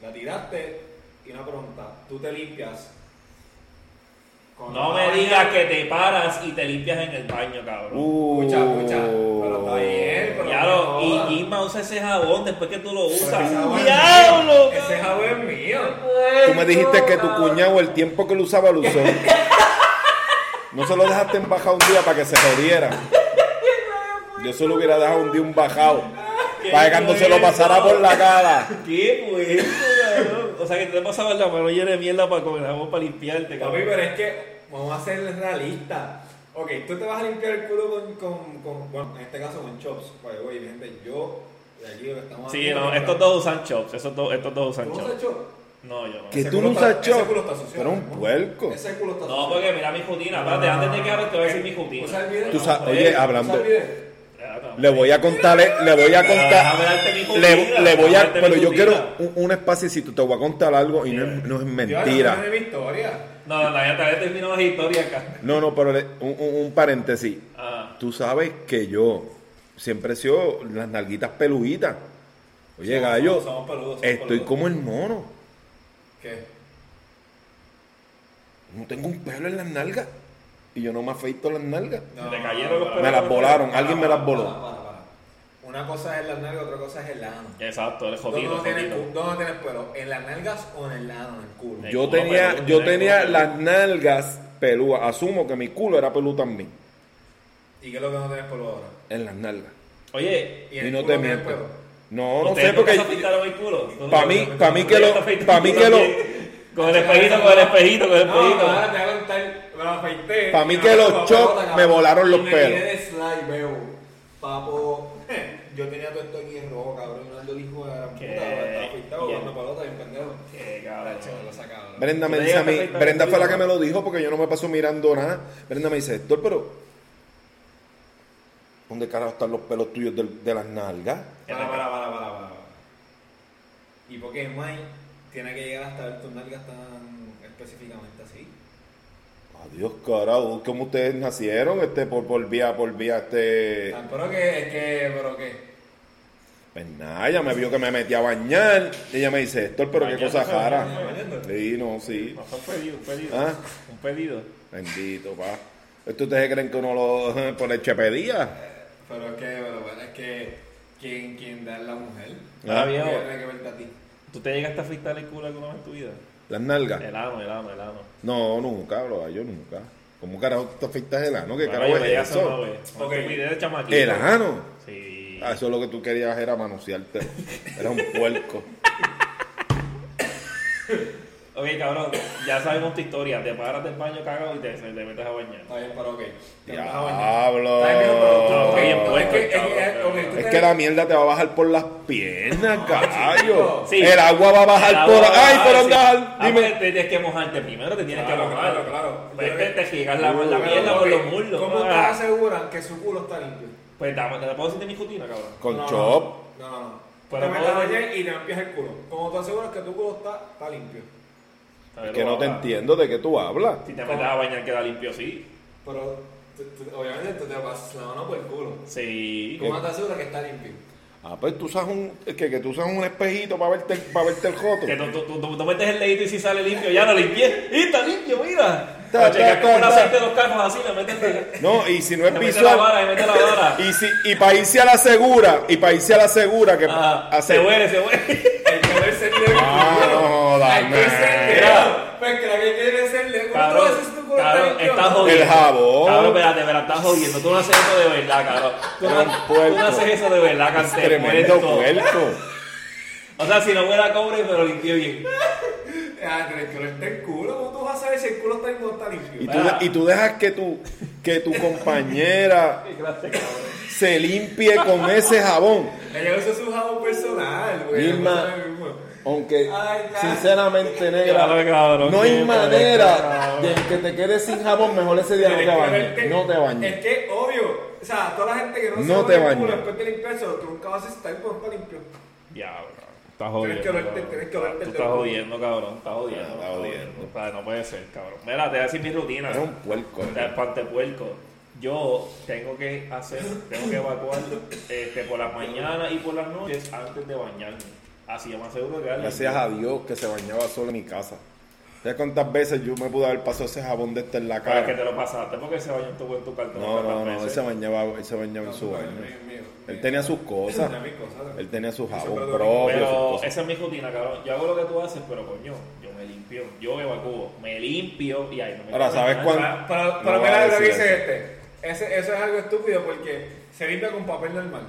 Speaker 2: La tiraste y una pregunta. Tú te limpias. Cuando
Speaker 1: No
Speaker 2: te vas
Speaker 1: me
Speaker 2: a
Speaker 1: digas
Speaker 2: bañar-
Speaker 1: que te paras y te limpias en el baño, cabrón.
Speaker 3: Uh.
Speaker 2: Escucha, escucha. Pero está bien, pero-
Speaker 1: Ya lo-
Speaker 2: no jodas.
Speaker 1: y Isma usa ese jabón después que tú lo usas.
Speaker 2: Ese jabón es
Speaker 1: ¡Diablo!
Speaker 2: mío. Ese jabón es mío.
Speaker 3: Tú me dijiste que tu cuñado, el tiempo que lo usaba, lo usó. No se lo dejaste en bajado un día para que se jodiera. Yo se lo hubiera dejado un día un bajado. Para que cuando se lo pasara por la cara.
Speaker 1: ¡Qué bueno, cabrón! O sea, que te pasaba la mano llena de mierda para con el jabón para limpiarte,
Speaker 2: Papi,
Speaker 1: cabrón.
Speaker 2: pero es que vamos a ser realistas. Ok, tú te vas a limpiar el culo con, con, con- bueno, en este caso con chops. Pues, oye, mi gente, yo, de aquí lo que estamos
Speaker 1: Sí,
Speaker 2: haciendo-
Speaker 1: no, estos dos usan chops. Esos dos, estos dos
Speaker 2: ¿Tú
Speaker 1: usan
Speaker 2: no usas
Speaker 1: chops.
Speaker 2: chops?
Speaker 1: No, yo no.
Speaker 3: Que
Speaker 2: Ese
Speaker 3: tú no
Speaker 2: culo está-
Speaker 3: usas
Speaker 2: ese
Speaker 3: chop.
Speaker 2: culo está sucio,
Speaker 3: Pero un
Speaker 2: ¿no?
Speaker 3: puerco.
Speaker 2: Ese culo está Pues
Speaker 1: No, porque mira mi rutina. Espérate, antes de que hables te voy a decir mi rutina.
Speaker 2: ¿Usas el video?
Speaker 3: Tú sabes-
Speaker 1: Vamos,
Speaker 3: oye,
Speaker 1: eh,
Speaker 3: habla- hablando-
Speaker 2: ¿Tú sabes bien?
Speaker 1: espérate, Ah,
Speaker 3: Le voy a contar, eh, le voy a
Speaker 1: Déjame
Speaker 3: contar.
Speaker 1: darte mi comida,
Speaker 3: Le, le voy a,
Speaker 1: déjame darte
Speaker 3: pero
Speaker 1: mi
Speaker 3: yo
Speaker 1: comida.
Speaker 3: quiero un, un espacio si tú te voy a contar algo y no es, no es
Speaker 2: Yo ahora no
Speaker 3: mentira.
Speaker 2: tengo mi historia.
Speaker 1: No, no, no, ya te había terminado la historia acá.
Speaker 3: No, no, pero le- un, un- un paréntesis.
Speaker 1: Ah,
Speaker 3: Tú sabes que yo siempre he sido las nalguitas peluditas. Oye,
Speaker 2: Somos-
Speaker 3: gallo,
Speaker 2: somos peludos, somos
Speaker 3: estoy
Speaker 2: peludos.
Speaker 3: como el mono.
Speaker 2: ¿Qué?
Speaker 3: No tengo un pelo en las nalgas. Y yo no me afeito las nalgas.
Speaker 1: Se te cayeron los
Speaker 3: Me las volaron,
Speaker 2: Para,
Speaker 3: alguien me las
Speaker 2: para,
Speaker 3: voló.
Speaker 2: para, para. Una cosa es las nalgas, otra cosa es el ano.
Speaker 1: exacto, eres
Speaker 2: ¿Dónde
Speaker 1: jodido,
Speaker 2: no tienes
Speaker 1: jodido.
Speaker 2: cu- dónde no tienes pelo? ¿En las nalgas o en el ano, en el culo?
Speaker 1: El
Speaker 3: Yo
Speaker 1: culo
Speaker 3: tenía,
Speaker 1: peludo,
Speaker 3: yo
Speaker 1: el culo
Speaker 3: tenía
Speaker 1: peludo.
Speaker 3: las nalgas pelúas. Asumo que mi culo era peludo también.
Speaker 2: ¿Y qué es lo que no tienes pelo ahora?
Speaker 3: En las nalgas.
Speaker 1: Oye,
Speaker 2: ¿Y en
Speaker 3: Y
Speaker 2: el
Speaker 3: no
Speaker 2: culo
Speaker 3: te
Speaker 2: no tienes
Speaker 3: miento.
Speaker 2: pelo?
Speaker 3: No, no
Speaker 1: ¿ustedes
Speaker 3: sé porque.
Speaker 1: nunca se afeitaron el culo? ¿Tú
Speaker 3: Pa'
Speaker 1: no?
Speaker 3: mí- pa' mí que lo-
Speaker 1: Afeitar
Speaker 3: pa' mí
Speaker 1: el
Speaker 3: que
Speaker 1: culo
Speaker 3: lo-
Speaker 1: también. Con el espejito, con el espejito, con el
Speaker 2: No,
Speaker 1: espejito.
Speaker 2: ahora te voy a contar, me lo afeité.
Speaker 3: Pa' mí
Speaker 2: y
Speaker 3: que
Speaker 2: ahora
Speaker 3: los
Speaker 2: tengo
Speaker 3: chops
Speaker 2: pelota,
Speaker 3: me
Speaker 2: cabrón.
Speaker 3: volaron los
Speaker 2: Y me
Speaker 3: pelos.
Speaker 2: tiré de slide, bebo. Papo, yo tenía todo esto aquí en rojo, cabrón. y Ronaldo dijo a la puta,
Speaker 1: ¿Qué?
Speaker 2: estaba afeitado,
Speaker 1: Bien.
Speaker 2: jugando pelota, bien pendejo.
Speaker 1: Qué
Speaker 2: Ahora,
Speaker 1: cabrón.
Speaker 2: chico, lo saca, cabrón.
Speaker 3: Brenda me
Speaker 1: Tú
Speaker 3: dice a mí,
Speaker 1: tenías perfecta
Speaker 3: Brenda fue la que
Speaker 1: memoria.
Speaker 3: me lo dijo porque yo no me paso mirando nada. Brenda me dice, Héctor, pero ¿dónde carajo están los pelos tuyos del- de, las nalgas?
Speaker 1: Ya
Speaker 2: Para,
Speaker 1: te-
Speaker 2: para, para, para, para. ¿Y por qué Mike tiene que llegar hasta ver tus nalgas tan específicamente así?
Speaker 3: Adiós, carajo, ¿cómo ustedes nacieron? Este, por, por vía, por vía, este.
Speaker 2: Tan pero que, es que, pero que.
Speaker 3: Pues nada, ella me vio que me metí a bañar. Y ella me dice, Héctor, pero qué
Speaker 1: Bañarse,
Speaker 3: cosa rara.
Speaker 1: bañarse.
Speaker 3: Sí, no, sí.
Speaker 1: No, fue un pedido, un pedido.
Speaker 3: ¿Ah?
Speaker 1: Un pedido.
Speaker 3: Bendito, pa. ¿Esto ustedes creen que uno lo por el chepedía?
Speaker 2: Pero es que, pero bueno, es que, ¿quién, quién da es la mujer?
Speaker 1: Ah,
Speaker 3: ¿Ah?
Speaker 1: bien.
Speaker 2: ¿Qué tiene que verte a ti?
Speaker 1: ¿Tú te llegaste a afeitar el culo alguna vez en tu vida?
Speaker 3: Las nalgas.
Speaker 1: El ano, el ano, el ano.
Speaker 3: No, nunca, bro, yo nunca. ¿Cómo carajo te afectas el ano? ¿Qué
Speaker 1: Bueno,
Speaker 3: carajo
Speaker 1: yo
Speaker 3: es
Speaker 1: veía esa
Speaker 3: eso?
Speaker 1: una vez.
Speaker 2: Ok.
Speaker 1: Me cuidé de chamaquito.
Speaker 3: El ano.
Speaker 1: Sí.
Speaker 3: Ah, eso es lo que tú querías era manosearte. Era un puerco.
Speaker 1: Ok, cabrón, ya sabemos tu historia. Te paras del baño cagado y te, te metes a bañar.
Speaker 2: Está bien, pero ok. Te vas a
Speaker 1: ah,
Speaker 2: bañar.
Speaker 3: Diablo.
Speaker 2: Está bien, pero tú-
Speaker 1: Está bien,
Speaker 2: ok,
Speaker 1: pues,
Speaker 2: es que- es que-
Speaker 1: cabrón,
Speaker 2: ok, tú
Speaker 3: Oh. Es
Speaker 2: te-
Speaker 3: que la mierda te va a bajar por las piernas, caballo.
Speaker 1: Sí.
Speaker 3: El agua va a
Speaker 1: El
Speaker 3: bajar
Speaker 1: agua
Speaker 3: por.
Speaker 1: va a
Speaker 3: ¡Ay,
Speaker 1: bajar,
Speaker 3: por
Speaker 1: sí.
Speaker 3: andar!
Speaker 1: Ah,
Speaker 3: Dime.
Speaker 1: pues, tienes que mojarte primero, te tienes
Speaker 2: Claro,
Speaker 1: que mojar.
Speaker 2: claro, claro.
Speaker 1: Pues
Speaker 2: Yo
Speaker 1: te,
Speaker 2: creo que-
Speaker 1: te gigas la, la
Speaker 2: Pero,
Speaker 1: mierda
Speaker 2: ok,
Speaker 1: por los muslos.
Speaker 2: ¿Cómo
Speaker 1: Ah.
Speaker 2: ustedes aseguran que su culo está limpio?
Speaker 1: Pues dame, te la puedo decir de mi rutina, cabrón.
Speaker 3: Con
Speaker 2: No,
Speaker 3: chop.
Speaker 2: No, no, no.
Speaker 1: Pero
Speaker 2: te metes a
Speaker 1: puedo-
Speaker 2: bañar y te limpias el culo. ¿Cómo tú aseguras que tu culo está, está limpio?
Speaker 1: Pero
Speaker 3: Que no te
Speaker 1: ahora,
Speaker 3: entiendo de qué tú hablas.
Speaker 1: Si te metes a bañar queda limpio, sí.
Speaker 2: Pero, tú- tú- obviamente, tú te pasas la mano por el culo.
Speaker 1: Sí.
Speaker 2: ¿Cómo te aseguras que está limpio?
Speaker 3: Ah, pues tú usas un. Que, que tú usas un espejito para verte, para verte el joto.
Speaker 1: Que tú, tú, tú- tú- tú metes el dedito y si sale limpio, ya lo limpié. ¡Y está limpio, mira!
Speaker 3: Ta,
Speaker 1: Lo checas
Speaker 3: ta,
Speaker 1: con
Speaker 3: ta,
Speaker 1: el
Speaker 3: ta.
Speaker 1: aceite de los carros así, le metes, le
Speaker 3: No, y si no es
Speaker 1: metes la
Speaker 3: visual.
Speaker 1: vara, le metes la vara.
Speaker 3: Y, si, y para irse a la segura, y para irse a la segura, que
Speaker 1: Ajá,
Speaker 3: hace-
Speaker 1: se huele, se huele.
Speaker 2: El querer ser lejos.
Speaker 3: Ah, no,
Speaker 2: Hay que ser
Speaker 3: dame.
Speaker 2: lejos. Pues que la que quiere ser lejos. ¿Cómo tú
Speaker 1: Cabrón.
Speaker 2: haces tu culo
Speaker 1: Cabrón,
Speaker 2: limpio,
Speaker 1: estás
Speaker 2: ¿no?
Speaker 1: jodiendo.
Speaker 3: El jabón.
Speaker 1: Cabrón, espérate, espérate, estás jodiendo. Tú no haces eso de verdad, cabrón. Tú no,
Speaker 3: Gran
Speaker 1: tú no
Speaker 3: puerco.
Speaker 1: haces eso de verdad,
Speaker 3: Es
Speaker 1: cante.
Speaker 3: tremendo puerco.
Speaker 1: O sea, si no huele a cobre, pero limpio bien.
Speaker 2: Ah, pero el culo está en culo. ¿Cómo tú vas a saber si el culo está en está
Speaker 3: Y
Speaker 2: limpio?
Speaker 3: tú, y tú dejas que tu, que tu compañera
Speaker 1: Gracias, cabrón.
Speaker 3: se limpie con ese jabón.
Speaker 2: Ella usa su jabón personal, güey.
Speaker 3: Vilma.
Speaker 2: no sabe mismo.
Speaker 3: Aunque,
Speaker 2: Ay, ya.
Speaker 3: sinceramente, negra,
Speaker 1: Claro, cabrón,
Speaker 3: no hay
Speaker 1: qué este
Speaker 3: manera de que te quedes sin jabón. Mejor ese día no te
Speaker 2: Tienes que verte-
Speaker 3: bañes. No te bañes.
Speaker 2: Es que, obvio, o sea, toda la gente que no,
Speaker 3: No
Speaker 2: se
Speaker 3: te
Speaker 2: baña el culo
Speaker 3: bañes.
Speaker 2: después de limpiarse, tú nunca vas a estar por estar limpio.
Speaker 1: Diablo, cabrón. Estás
Speaker 2: Tienes que
Speaker 1: jodiendo.
Speaker 2: olerte- tienes que
Speaker 1: cabrón.
Speaker 2: olerte
Speaker 1: Tú
Speaker 2: el
Speaker 1: estás
Speaker 2: dedo.
Speaker 1: jodiendo, cabrón. Estás jodiendo.
Speaker 3: Estás
Speaker 1: estás
Speaker 3: jodiendo.
Speaker 1: O sea, no puede ser, cabrón. Mira, te voy a decir mi rutina.
Speaker 3: Es un puerco. eh.
Speaker 1: O sea, pantepuerco. Yo tengo que hacer, tengo que evacuar este, por las mañanas y por las noches antes de bañarme. Así es más seguro que alguien.
Speaker 3: Gracias a Dios que se bañaba solo en mi casa. ¿Sabes cuántas veces yo me pude haber pasado ese jabón de este en la
Speaker 1: Para que te
Speaker 3: cara?
Speaker 1: lo pasaste, porque se bañó en tu, en tu cartón.
Speaker 3: No, no,
Speaker 1: tantas
Speaker 3: no, él
Speaker 1: veces.
Speaker 3: se bañaba, él se bañaba en su baño. Él tenía sus cosas,
Speaker 2: Tenía mis cosas.
Speaker 3: él tenía su jabón
Speaker 2: Pero-
Speaker 3: propio. sus
Speaker 1: Pero
Speaker 3: cosas.
Speaker 1: esa es mi rutina, cabrón. Yo hago lo que tú haces, pero coño, yo me limpio. Yo evacuo, me limpio y ahí no me
Speaker 3: Ahora,
Speaker 1: queda
Speaker 3: ¿sabes
Speaker 1: nada.
Speaker 2: Para,
Speaker 3: cuán-
Speaker 2: para,
Speaker 3: No
Speaker 2: para
Speaker 3: voy a
Speaker 2: mira lo que
Speaker 3: decir
Speaker 2: dice este. Ese- eso es algo estúpido porque se limpia con papel normal.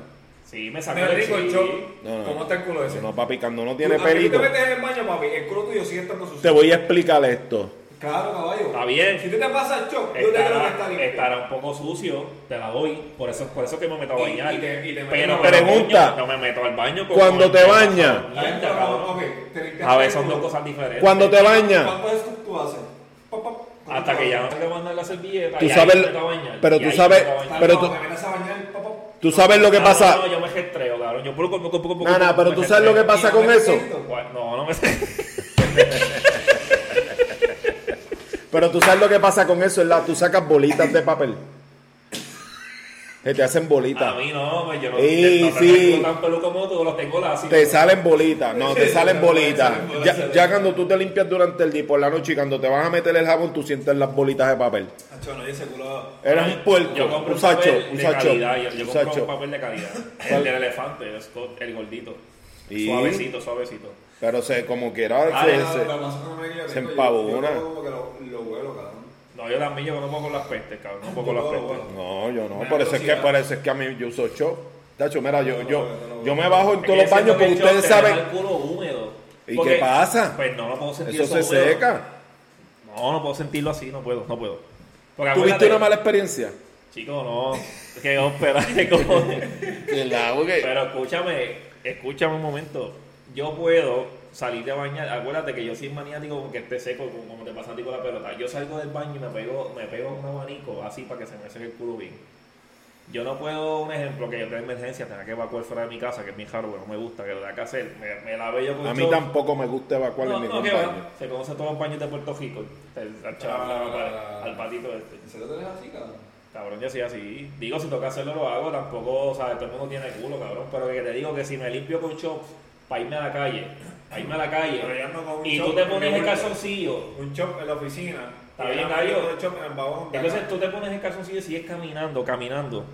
Speaker 1: Sí, me
Speaker 2: Me
Speaker 1: saco
Speaker 2: lo
Speaker 1: el
Speaker 2: digo,
Speaker 1: chip.
Speaker 2: yo,
Speaker 3: No, no.
Speaker 2: ¿cómo está el culo ese?
Speaker 3: No, papi, cuando uno
Speaker 2: Tú-
Speaker 3: tiene
Speaker 2: a ti
Speaker 3: pelito,
Speaker 2: te metes en el baño, papi, el culo tuyo sigue estando sucio.
Speaker 3: te voy a explicar esto.
Speaker 2: Claro, caballo.
Speaker 1: Está bien.
Speaker 2: Si tú te pasas el shock, yo te creo que está
Speaker 1: Estará,
Speaker 2: limpio.
Speaker 1: estará un poco sucio, te la doy. Por eso, por eso es que me meto a
Speaker 2: Y-
Speaker 1: bañar.
Speaker 2: y te- y te metes
Speaker 1: pero
Speaker 2: al
Speaker 1: pero,
Speaker 3: baño. Pregunta.
Speaker 1: coño, no me meto al baño. con-
Speaker 3: Cuando
Speaker 1: con-
Speaker 3: te bañas.
Speaker 1: Mierda,
Speaker 2: Adentro,
Speaker 1: cabrón.
Speaker 2: ok, te limpias
Speaker 1: A
Speaker 2: el
Speaker 1: ver, son
Speaker 2: culo.
Speaker 1: dos cosas diferentes.
Speaker 3: Cuando te bañas,
Speaker 2: ¿Cuántas veces tú haces? Pa, pa, pa,
Speaker 1: Hasta
Speaker 2: pa.
Speaker 1: que ya no te mandan la servilleta.
Speaker 3: Tú
Speaker 1: y ahí
Speaker 3: sabes-
Speaker 1: me meto a bañar,
Speaker 3: pero
Speaker 1: y
Speaker 3: tú
Speaker 1: ahí me
Speaker 3: sabes-
Speaker 1: meto a bañar. Ah,
Speaker 2: Tal
Speaker 3: pero
Speaker 2: cual,
Speaker 3: tú-
Speaker 2: me metes a bañar, pa, pa,
Speaker 3: tú sabes lo que
Speaker 1: No,
Speaker 3: pasa.
Speaker 1: No, no, yo me gestreo, cabrón. Yo poco, poco, poco, poco.
Speaker 3: Nana,
Speaker 1: poco,
Speaker 3: pero
Speaker 1: me
Speaker 3: tú sabes lo que
Speaker 1: gestreo.
Speaker 3: pasa
Speaker 2: Y no
Speaker 3: con
Speaker 2: me
Speaker 3: eso.
Speaker 2: siento.
Speaker 1: No, no me sé.
Speaker 3: Pero tú sabes lo que pasa con eso, es la tú sacas bolitas de papel. Se te hacen
Speaker 1: A
Speaker 3: bolitas.
Speaker 1: mí no, pues yo no
Speaker 3: Ey,
Speaker 1: no, no
Speaker 3: sí.
Speaker 1: tengo tan pelo como tú, los tengo lacios.
Speaker 3: Te salen bolitas, no, te salen bolitas.
Speaker 2: Salen bolas,
Speaker 3: Ya,
Speaker 2: salen
Speaker 3: ya cuando tú te limpias durante el día y por la noche y cuando te vas a meter el jabón, tú sientes las bolitas de papel.
Speaker 2: pa. Acho, no, yo ese culo-
Speaker 3: Eres un puerco,
Speaker 1: Yo compro
Speaker 3: un sacho,
Speaker 1: papel
Speaker 3: un
Speaker 1: de
Speaker 3: sacho,
Speaker 1: calidad. Yo, yo
Speaker 3: un
Speaker 1: compro
Speaker 3: sacho.
Speaker 1: un papel de calidad. El del elefante, el, Scott, el gordito.
Speaker 3: Y-
Speaker 1: Suavecito, suavecito.
Speaker 3: Pero se, como quiera,
Speaker 1: Ah,
Speaker 3: se-
Speaker 1: no,
Speaker 3: se-
Speaker 2: Lo que pasa con el que yo
Speaker 3: se
Speaker 2: tengo, yo-
Speaker 3: empavona.
Speaker 2: yo como que lo- lo huelo, cabrón.
Speaker 1: No, yo también yo no puedo con las pestes, cabrón. No puedo con
Speaker 2: Yo
Speaker 1: las
Speaker 2: puedo,
Speaker 1: pestes.
Speaker 2: puedo.
Speaker 3: No, yo no,
Speaker 2: Me da
Speaker 3: por eso es que
Speaker 2: velocidad.
Speaker 3: por eso es que a mí yo uso short. Tacho, mira, yo,
Speaker 2: No,
Speaker 3: yo,
Speaker 2: no, no, no.
Speaker 3: yo me bajo en
Speaker 1: Es
Speaker 3: todos
Speaker 1: que
Speaker 3: los baños
Speaker 1: siento que
Speaker 3: porque
Speaker 1: el short
Speaker 3: ustedes
Speaker 1: te deja
Speaker 3: saben.
Speaker 1: el culo húmedo.
Speaker 3: ¿Y
Speaker 1: Porque-
Speaker 3: qué pasa?
Speaker 1: Pues no, no puedo sentir
Speaker 3: Eso se
Speaker 1: húmedo.
Speaker 3: seca.
Speaker 1: No, no puedo sentirlo así, no puedo, no puedo. Porque
Speaker 3: ¿Tuviste
Speaker 1: acuérdate-
Speaker 3: una mala experiencia?
Speaker 1: Chico, no. Es que espérate, cojones. Pero escúchame, escúchame un momento. Yo puedo salir de bañar. Acuérdate que yo soy maniático con que esté seco, como, como te pasa a ti con la pelota. Yo salgo del baño y me pego, me pego un abanico así para que se me seque el culo bien. Yo no puedo, un ejemplo, que yo tenga emergencia, tenga que evacuar fuera de mi casa, que es mi hardware, no me gusta, que lo tenga que hacer. Me, me la veo yo con
Speaker 3: A mí
Speaker 1: short.
Speaker 3: tampoco me gusta evacuar
Speaker 1: No,
Speaker 3: en
Speaker 1: no,
Speaker 3: ningún
Speaker 1: que
Speaker 3: baño.
Speaker 1: va. Se conoce todos los baños de Puerto Rico. El- al, chaval,
Speaker 2: Ah.
Speaker 1: al- al patito este.
Speaker 2: ¿En serio te dejas así, cabrón?
Speaker 1: Cabrón, yo soy así. Digo, si toca hacerlo, lo hago. Tampoco, ¿sabes? Todo el mundo tiene culo, cabrón. Pero que te digo que si me limpio con chops para irme a la calle, para irme a la
Speaker 2: Pero
Speaker 1: calle,
Speaker 2: yo ando con un
Speaker 1: y
Speaker 2: short
Speaker 1: tú te
Speaker 2: en mi
Speaker 1: pones el
Speaker 2: bolsa.
Speaker 1: calzoncillo,
Speaker 2: Un chop en la oficina.
Speaker 1: Está bien, gallo.
Speaker 2: gallo. Un chop en el vagón. de acá.
Speaker 1: entonces tú te pones el calzoncillo y sigues caminando, caminando,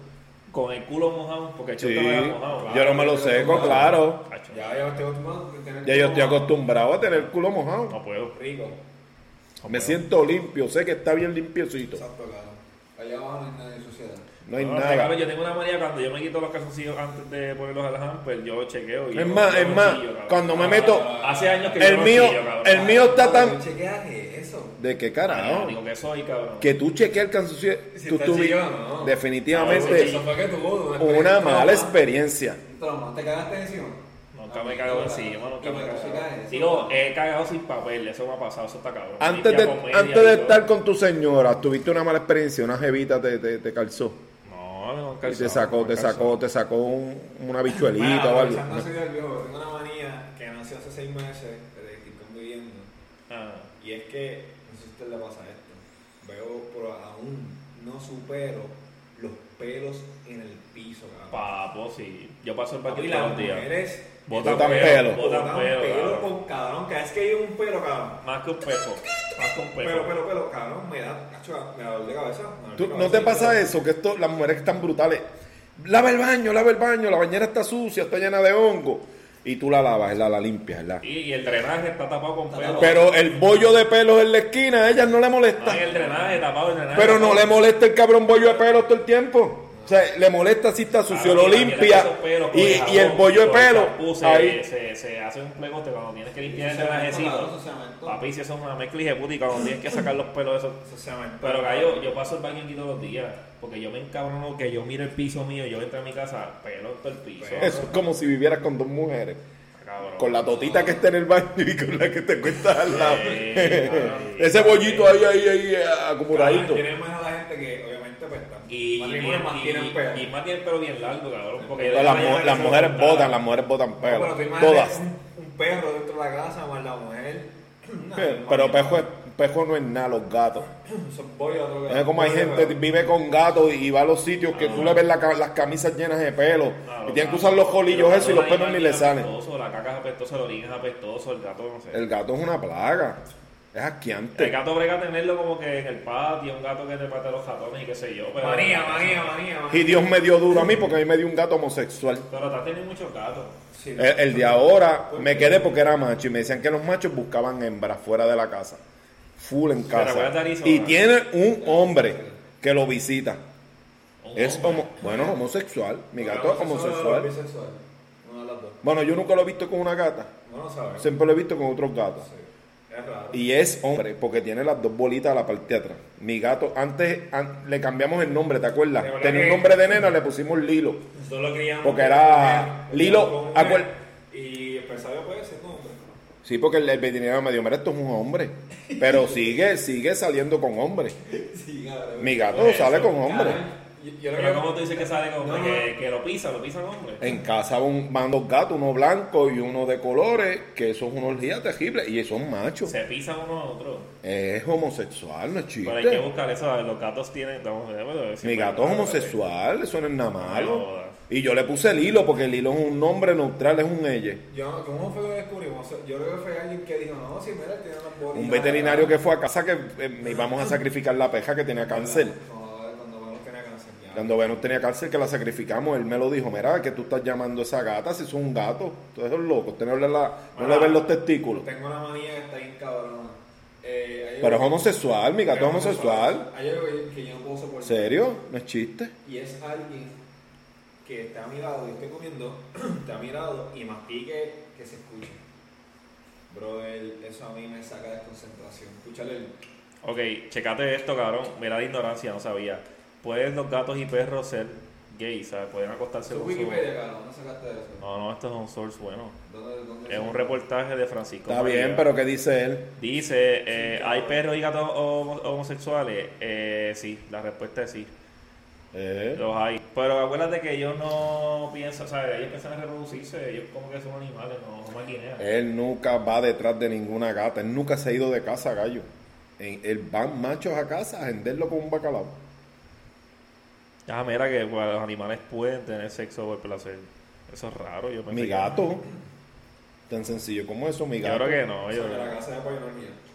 Speaker 1: con el culo mojado, porque el chop
Speaker 3: Sí,
Speaker 1: te va a dejar mojado. Ah,
Speaker 3: yo no me lo seco, claro.
Speaker 1: Cacho,
Speaker 2: Ya, ya estoy acostumbrado a tener
Speaker 3: Ya yo estoy
Speaker 2: como-
Speaker 3: acostumbrado a tener el culo mojado.
Speaker 1: No puedo.
Speaker 2: Rico.
Speaker 1: no
Speaker 3: Me
Speaker 1: puedo.
Speaker 3: siento limpio, sé que está bien limpiecito.
Speaker 2: Exacto, claro. Allá abajo no hay nadie de suciedad.
Speaker 3: No hay
Speaker 1: No,
Speaker 3: nada.
Speaker 1: cabrón, yo tengo una manía cuando yo me quito los calzoncillos antes de ponerlos al hamper, yo chequeo y.
Speaker 3: Es
Speaker 1: yo-
Speaker 3: más,
Speaker 1: yo
Speaker 3: es
Speaker 1: los
Speaker 3: más,
Speaker 1: sillo, cabrón. Ah.
Speaker 3: cuando me meto,
Speaker 1: Hace años que yo
Speaker 3: el
Speaker 1: los
Speaker 3: mío,
Speaker 1: sillo, cabrón.
Speaker 3: el mío está tan...
Speaker 2: chequeaje eso?
Speaker 3: ¿De qué
Speaker 1: Ah,
Speaker 3: carajo?
Speaker 1: digo que soy, cabrón.
Speaker 3: Que tú chequeas el calzoncillo,
Speaker 2: Si
Speaker 3: tú
Speaker 2: está
Speaker 3: tuviste
Speaker 2: chillado, no. Ah,
Speaker 3: definitivamente
Speaker 2: Eso fue que tuvo
Speaker 3: una mala
Speaker 2: experiencia.
Speaker 3: experiencia.
Speaker 2: Un trauma. ¿Te cagaste encima?
Speaker 1: Nunca me he cagado encima, nunca me he cagado. Digo,
Speaker 2: Digo,
Speaker 1: he cagado sin papel, eso me ha pasado, eso está cabrón.
Speaker 3: Antes
Speaker 1: Limpia
Speaker 3: de,
Speaker 1: comedia
Speaker 3: antes de
Speaker 1: y todo.
Speaker 3: estar con tu señora, tuviste una mala experiencia, una jevita te, te, te calzó.
Speaker 1: No, no,
Speaker 3: Y te sacó, te sacó, te sacó un- una
Speaker 2: Bueno,
Speaker 3: bichuelita o algo.
Speaker 2: aprovechando ese día, yo tengo una manía que nació hace seis meses desde que estoy conviviendo. Y es que, no sé si a usted le pasa esto, veo, pero aún no supero los pelos en el piso, cabrón.
Speaker 1: Papo, sí. Yo paso el
Speaker 2: Papi,
Speaker 1: patio
Speaker 2: las
Speaker 1: todos los días.
Speaker 2: mujeres
Speaker 1: Botan
Speaker 3: Botan
Speaker 1: pelo,
Speaker 3: pelo.
Speaker 1: botan pelo,
Speaker 2: pelo
Speaker 1: cabrón.
Speaker 2: con cabrón. Cada vez que hay un pelo, cabrón.
Speaker 1: Más que un peso, más que un
Speaker 2: Pero,
Speaker 1: peso.
Speaker 2: pero, pero, cabrón, me da, cacho, me da dolor de cabeza. me da dolor de
Speaker 3: ¿Tú- ¿No
Speaker 2: cabeza,
Speaker 3: te
Speaker 2: y
Speaker 3: pasa
Speaker 2: todo.
Speaker 3: eso? Que esto, las mujeres que están brutales. Lava el baño, lava el baño, la bañera está sucia, está llena de hongo. Y tú la lavas, la, la limpias, ¿verdad?
Speaker 1: Y, y el drenaje está tapado con pelo.
Speaker 3: Pero el bollo de pelos en la esquina, a ellas no le molesta.
Speaker 1: No, y el drenaje tapado, el drenaje.
Speaker 3: Pero
Speaker 1: tapado.
Speaker 3: no le molesta el cabrón bollo de pelos todo el tiempo. O sea, le molesta si está sucio,
Speaker 1: Claro,
Speaker 3: lo
Speaker 1: y la mierda de
Speaker 3: limpia.
Speaker 1: esos pelos con
Speaker 3: Y,
Speaker 1: jabón,
Speaker 3: y el bollo de
Speaker 1: con el eh.
Speaker 3: pelo,
Speaker 1: champú, se,
Speaker 3: ahí.
Speaker 1: se, se hace un plegote cuando tienes que limpiar el
Speaker 2: Eso se aventó,
Speaker 1: drenajecito.
Speaker 2: cabrón, eso se aventó.
Speaker 1: Papi, si eso es una mezcla de puta y cuando tienes que sacar los pelos de esos.
Speaker 2: Eso se llama
Speaker 1: Pero gallo, yo paso el baño aquí todos los días. Porque yo me encabrono que yo miro el piso mío, yo entro a mi casa, pelo todo el piso.
Speaker 3: Eso es como si vivieras con dos mujeres.
Speaker 1: Cabrón.
Speaker 3: Con la totita que está en el baño y con la que te cuentas al lado.
Speaker 1: Eh, cabrón.
Speaker 3: Ese bollito ahí, ahí, ahí, eh,
Speaker 1: Ah,
Speaker 3: acumuladito.
Speaker 2: Tiene más a la gente que obviamente pues están.
Speaker 1: Y, y, y,
Speaker 2: matrimonios más tienen peor.
Speaker 1: y más tiene el pelo bien largo, cabrón. Porque
Speaker 3: Pero las, mu- las mujeres botan, las mujeres botan
Speaker 2: No, pero
Speaker 3: pelo.
Speaker 2: tú imaginas
Speaker 3: Todas.
Speaker 2: Un, un perro dentro de la casa más la mujer. No, no,
Speaker 3: Pero
Speaker 2: no,
Speaker 3: pejo, es- pejo no es nada, los gatos.
Speaker 2: Son pollos otro
Speaker 3: Es como hay gente que vive con gatos y va a los sitios que tú le ves la ca- las camisas llenas de pelo. y tienen que usar los colillos eso y los pelos ni le salen.
Speaker 1: La caca es apestosa, el orín es apestoso, el gato no sé.
Speaker 3: El gato es una plaga. Es
Speaker 1: El
Speaker 3: asqueante.
Speaker 1: gato brega tenerlo como que en el patio, un gato que te mata los jatones y qué sé yo. Pero,
Speaker 2: Manía, manía, manía,
Speaker 3: Y
Speaker 2: manía.
Speaker 3: Dios me dio duro a mí porque a mí me dio un gato homosexual.
Speaker 1: Pero te has tenido muchos gatos.
Speaker 2: Sí,
Speaker 3: El, el de ahora me quedé porque era macho y me decían que los machos buscaban hembras fuera de la casa. Full en
Speaker 1: acuerdas de
Speaker 3: casa.
Speaker 1: Arizona?
Speaker 3: Y tiene un hombre que lo visita.
Speaker 1: Un
Speaker 3: Es
Speaker 1: hombre.
Speaker 3: homo- bueno, homosexual. Mi gato es
Speaker 2: Homosexual o
Speaker 3: homosexual.
Speaker 2: bisexual. Uno de los dos.
Speaker 3: Bueno, yo nunca lo he visto con una gata.
Speaker 2: No lo sabes.
Speaker 3: Siempre lo he visto con otros gatos.
Speaker 2: Sí. Es raro.
Speaker 3: Y es hombre porque tiene las dos bolitas a la parte de atrás. Mi gato, antes an- le cambiamos el nombre, ¿te acuerdas?
Speaker 2: De verdad
Speaker 3: Tenía un
Speaker 2: que-
Speaker 3: nombre de nena, le pusimos Lilo.
Speaker 2: Nosotros lo criamos.
Speaker 3: Porque era
Speaker 2: con mujer,
Speaker 3: Lilo,
Speaker 2: con mujer,
Speaker 3: acuer-
Speaker 2: Y el pesadillo puede ser con hombre.
Speaker 3: Sí, porque el, el veterinario me dijo, mira, esto es un hombre. Pero sigue, sigue saliendo con hombres.
Speaker 2: Sí, cabrón.
Speaker 3: Mi gato
Speaker 1: Por eso,
Speaker 3: sale con hombres.
Speaker 2: Yo, yo lo
Speaker 1: Pero
Speaker 2: que-
Speaker 1: ¿cómo tú dices que sale con hombre?
Speaker 2: No,
Speaker 1: que, que lo pisa, lo pisan hombre.
Speaker 3: En casa un- van dos gatos, uno blanco y uno de colores, que eso es una orgía terrible. Y son machos.
Speaker 1: Se pisan uno a otro.
Speaker 3: Es homosexual, no es
Speaker 1: Pero hay que
Speaker 3: chiste.
Speaker 1: buscar eso. ¿sabes? Los gatos tienen. vamos a ver, bueno,
Speaker 3: Mi
Speaker 1: siempre-
Speaker 3: gato es homosexual, eso no es nada
Speaker 1: No
Speaker 3: malo.
Speaker 1: jodas.
Speaker 3: Y yo le puse Lilo porque Lilo es un nombre neutral, es un ella.
Speaker 2: yo- ¿Cómo fue que lo descubrimos? O sea, Yo creo que fue alguien que dijo, no, si mira, tiene las bolitas.
Speaker 3: Un veterinario que fue a casa que eh, íbamos a sacrificar la peja que tenía cáncer.
Speaker 2: No, cuando vamos tenía cáncer ya.
Speaker 3: Cuando Venus tenía cáncer, que la sacrificamos, él me lo dijo, mira, que tú estás llamando a esa gata si es un gato. Todos esos locos, usted no le, la, no le ven los testículos.
Speaker 2: Tengo una manía que está bien cabrona. Eh, hay
Speaker 3: Pero es
Speaker 2: algo-
Speaker 3: homosexual, mi gato es homosexual.
Speaker 2: Hay algo que- que yo no puedo soportar.
Speaker 3: ¿Serio? No es chiste.
Speaker 2: Y es alguien que está mirado y estoy comiendo, está mirado y mastique que se escuche. Brother, eso a mí me saca de concentración. Escúchale el.
Speaker 1: Ok, checate esto, cabrón. Mira la ignorancia, no sabía. Pueden los gatos y perros ser gays, ¿sabes? Pueden acostarse
Speaker 2: Su
Speaker 1: con su.
Speaker 2: Wikipedia, cabrón, ¿dónde sacaste de eso?
Speaker 1: No, no, esto es un source bueno.
Speaker 2: ¿Dónde, dónde
Speaker 1: Es un reportaje de Francisco.
Speaker 3: Está
Speaker 1: María.
Speaker 3: bien, pero ¿qué dice él?
Speaker 1: Dice, eh, ¿hay perros y gatos homo- homosexuales? Eh, sí, la respuesta es sí,
Speaker 3: Eh,
Speaker 1: los hay. Pero acuérdate que ellos no piensan, o sea, ellos piensan en reproducirse, ellos como que son animales, no son maquineras.
Speaker 3: Él nunca va detrás de ninguna gata, él nunca se ha ido de casa, gallo. En- Él van machos a casa a venderlo con un bacalao.
Speaker 1: Ah, mira que pues, los animales pueden tener sexo por placer. Eso es raro, yo pensé
Speaker 3: Mi
Speaker 1: que-
Speaker 3: gato. Tan sencillo como eso, mi
Speaker 1: Yo
Speaker 3: gato.
Speaker 1: creo que no, yo
Speaker 2: Eso de
Speaker 1: creo
Speaker 2: la casa de Pioneer.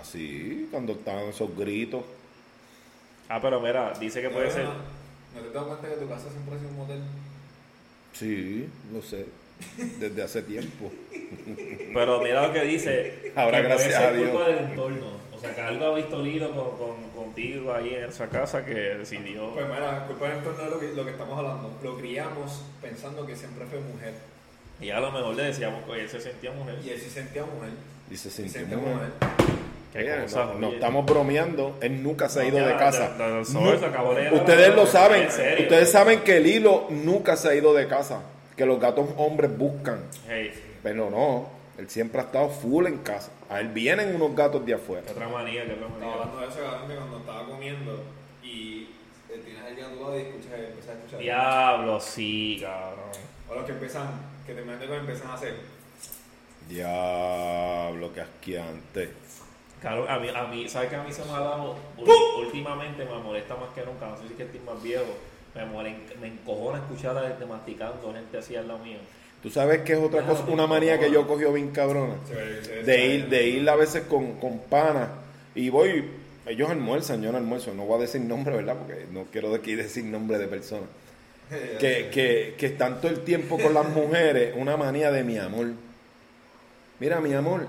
Speaker 3: Así, Ah, cuando estaban esos gritos.
Speaker 1: Ah, pero mira, dice que puede ser.
Speaker 2: ¿No te das cuenta que tu casa siempre ha sido un motel?
Speaker 3: Sí, lo sé. Desde hace tiempo.
Speaker 1: Pero mira lo que dice.
Speaker 3: Ahora,
Speaker 1: que puede
Speaker 3: gracias
Speaker 1: ser
Speaker 3: a Dios.
Speaker 1: culpa del entorno. O sea, que algo ha visto Lilo con, con- contigo ahí en esa casa que decidió.
Speaker 2: Pues mira, culpa del entorno es lo que, lo que estamos hablando. Lo criamos pensando que siempre fue mujer.
Speaker 1: Y a lo mejor le decíamos que él se sentía mujer.
Speaker 2: Y él se sentía mujer.
Speaker 3: Y se
Speaker 2: Se
Speaker 3: sintió
Speaker 2: sentía
Speaker 3: mal.
Speaker 2: mujer.
Speaker 1: Qué
Speaker 3: Oye,
Speaker 1: cosa,
Speaker 3: no,
Speaker 1: oye.
Speaker 3: no estamos bromeando. Él nunca se ha
Speaker 1: No,
Speaker 3: ido
Speaker 1: ya,
Speaker 3: de casa.
Speaker 1: ya, ya, ya,
Speaker 3: Nu-
Speaker 1: se acabó de-
Speaker 3: Ustedes lo
Speaker 1: en
Speaker 3: saben.
Speaker 1: serio.
Speaker 3: Ustedes saben que el hilo nunca se ha ido de casa. Que los gatos hombres buscan.
Speaker 1: Hey,
Speaker 3: Pero no. Él siempre ha estado full en casa. A él vienen unos gatos de afuera.
Speaker 1: qué otra manía, qué otra
Speaker 2: Estaba
Speaker 1: manía.
Speaker 2: hablando de eso, cabrón, que cuando estaba comiendo y eh, tienes el gato al lado y escuchas, empiezas a escuchar.
Speaker 1: Diablo, sí, cabrón.
Speaker 2: O los que empiezan, que te mandan cuando empiezan a hacer.
Speaker 3: Diablo, que asqueante.
Speaker 1: Cabrón, a mí, a mí, ¿sabes que a mí se me ha dado? ul- Últimamente me molesta más que nunca. No sé si es que estoy más viejo. Me, molen- me encojona escuchar a gente masticando, gente así al lado mío.
Speaker 3: ¿Tú sabes qué es otra cosa? Una manía que yo cogió bien cabrona.
Speaker 2: Se ve- se ve-
Speaker 3: de ir, de ir a veces con, con panas y voy, ellos almuerzan, yo no almuerzo, no voy a decir nombre, ¿verdad? Porque no quiero de aquí decir nombre de personas. que, que, que están todo el tiempo con las mujeres, una manía de mi amor. Mira mi amor,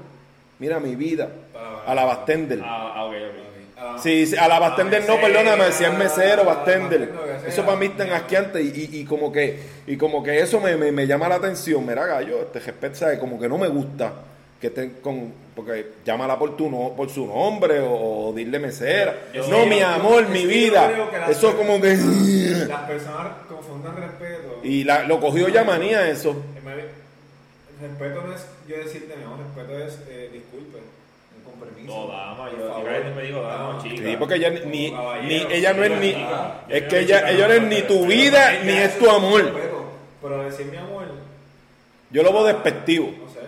Speaker 3: mira mi vida. A la bartender.
Speaker 1: Ah, ok, ok.
Speaker 2: Ah,
Speaker 3: Sí, sí, a la bartender no,
Speaker 2: mesera,
Speaker 3: perdóname, si es mesero,
Speaker 2: a la
Speaker 3: bartender.
Speaker 2: bartender, lo que
Speaker 3: Eso
Speaker 2: sea.
Speaker 3: para mí es tan asqueante y, y- y como que y como que eso me, me- me llama la atención. Mira, gallo, este respeto, ¿sabes? Como que no me gusta que estén con... Porque llámala por, tu no, por su nombre o, o dile mesera.
Speaker 1: Yo-
Speaker 3: no,
Speaker 1: yo-
Speaker 3: mi
Speaker 1: yo-
Speaker 3: amor,
Speaker 2: es
Speaker 3: mi
Speaker 2: que yo
Speaker 3: vida.
Speaker 2: creo que la-
Speaker 3: Eso como que...
Speaker 2: Las personas confunden respeto.
Speaker 3: Y la- lo cogió ya manía eso.
Speaker 2: Eh, Mari, Respeto no es yo decirte no, respeto es eh, disculpe, con permiso.
Speaker 1: No, dama,
Speaker 2: Por
Speaker 1: yo- yo
Speaker 2: favor.
Speaker 1: realmente me digo dama,
Speaker 2: Ah,
Speaker 1: chica.
Speaker 3: Sí, porque ella ni, ni-
Speaker 2: Caballero,
Speaker 3: ella no es ni...
Speaker 1: chica.
Speaker 3: Es
Speaker 1: Yo
Speaker 3: que
Speaker 1: no
Speaker 3: ella,
Speaker 1: soy
Speaker 3: ella no es
Speaker 1: chica,
Speaker 3: ni
Speaker 1: pero-
Speaker 3: tu
Speaker 1: pero-
Speaker 3: vida
Speaker 2: ya
Speaker 3: ni
Speaker 2: eso
Speaker 3: es tu amor.
Speaker 2: respeto, pero decir mi amor,
Speaker 3: Yo lo veo despectivo.
Speaker 2: no sé.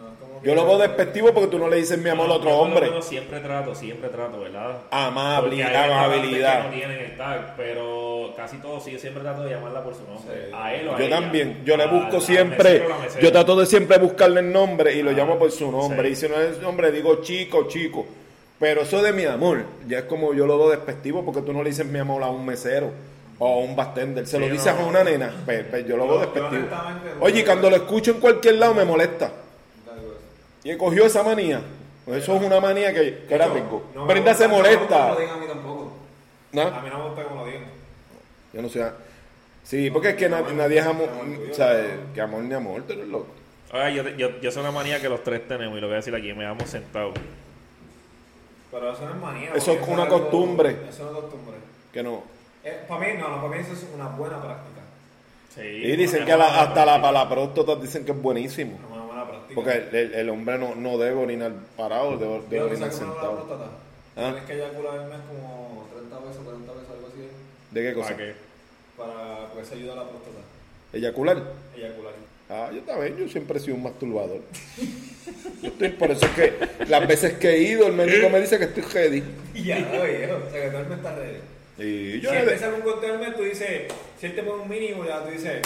Speaker 2: no, es como que-
Speaker 3: Yo lo veo despectivo porque tú no le dices mi amor a
Speaker 1: No,
Speaker 3: otro
Speaker 1: yo por lo
Speaker 3: hombre.
Speaker 1: menos Siempre trato, siempre trato, ¿verdad? Porque hay
Speaker 3: Amabilidad,
Speaker 1: restaurantes que No
Speaker 3: amabilidad.
Speaker 1: tienen el tag, pero casi todos sí, yo siempre trato de llamarla por su nombre.
Speaker 2: Sí.
Speaker 1: A él o a
Speaker 3: Yo
Speaker 1: ella.
Speaker 3: también, yo le
Speaker 1: Al-
Speaker 3: busco
Speaker 1: al
Speaker 3: siempre,
Speaker 1: mesero o la mesera.
Speaker 3: yo trato de siempre buscarle el nombre y lo
Speaker 1: Ah,
Speaker 3: llamo por su nombre.
Speaker 1: sí.
Speaker 3: Y si no es nombre, digo chico, chico. Pero eso de mi amor, ya es como yo lo veo despectivo porque tú no le dices mi amor a un mesero o a un bartender. Se
Speaker 1: Sí,
Speaker 3: lo
Speaker 1: no,
Speaker 3: dices a
Speaker 1: no.
Speaker 3: una nena, pues, pues yo lo
Speaker 2: Yo-
Speaker 3: veo
Speaker 2: yo
Speaker 3: despectivo.
Speaker 2: honestamente no-
Speaker 3: Oye, y cuando lo escucho en cualquier lado me molesta.
Speaker 2: Algo así.
Speaker 3: Y cogió esa manía. Pues eso es una manía que, que era
Speaker 2: No,
Speaker 3: pico.
Speaker 2: no me
Speaker 3: Brenda
Speaker 2: gusta
Speaker 3: se
Speaker 2: que
Speaker 3: molesta. ¿Ah?
Speaker 2: No me lo digan a mí tampoco.
Speaker 3: ¿no?
Speaker 2: A mí no me gusta como lo digan.
Speaker 3: Yo no sé. Sí, porque es que na-
Speaker 2: No,
Speaker 3: nadie es
Speaker 2: no,
Speaker 3: amor.
Speaker 2: no, no,
Speaker 3: O sea,
Speaker 2: no.
Speaker 3: que amor ni amor, tú eres loco.
Speaker 1: Ahora, yo, yo, yo soy una manía que los tres tenemos y lo voy a decir aquí, me damos sentado.
Speaker 2: Pero eso no es manía.
Speaker 3: Eso
Speaker 2: porque
Speaker 3: es una
Speaker 2: algo-
Speaker 3: costumbre.
Speaker 2: Eso no es costumbre.
Speaker 3: Que no.
Speaker 2: para mí no, no, para mí eso es una buena práctica.
Speaker 1: Sí,
Speaker 3: Y dicen que la- hasta la, para la próstata dicen que es buenísimo.
Speaker 2: Una buena práctica.
Speaker 3: Porque el, el- el hombre no, no debe orinar parado, debe, debe
Speaker 2: Yo no
Speaker 3: orinar
Speaker 2: sé cómo la
Speaker 3: sentado.
Speaker 2: próstata.
Speaker 3: ¿Ah?
Speaker 2: Tienes que eyacular al mes como 30 veces, 40 veces, algo así.
Speaker 3: ¿De qué cosa?
Speaker 1: ¿Para qué?
Speaker 2: Para pues ayuda a la próstata.
Speaker 3: ¿Eyacular?
Speaker 2: Eyacular.
Speaker 3: Ah, yo también, yo siempre he sido un masturbador. Yo estoy, por eso es que las veces que he ido, el médico me dice que estoy ready.
Speaker 2: Y ya, lo viejo. O sea, que todo el mes está ready.
Speaker 3: Y
Speaker 2: Si
Speaker 3: yo,
Speaker 2: empiezas con conteo al mes, tú dices, si él te pone un mínimo, ya tú dices,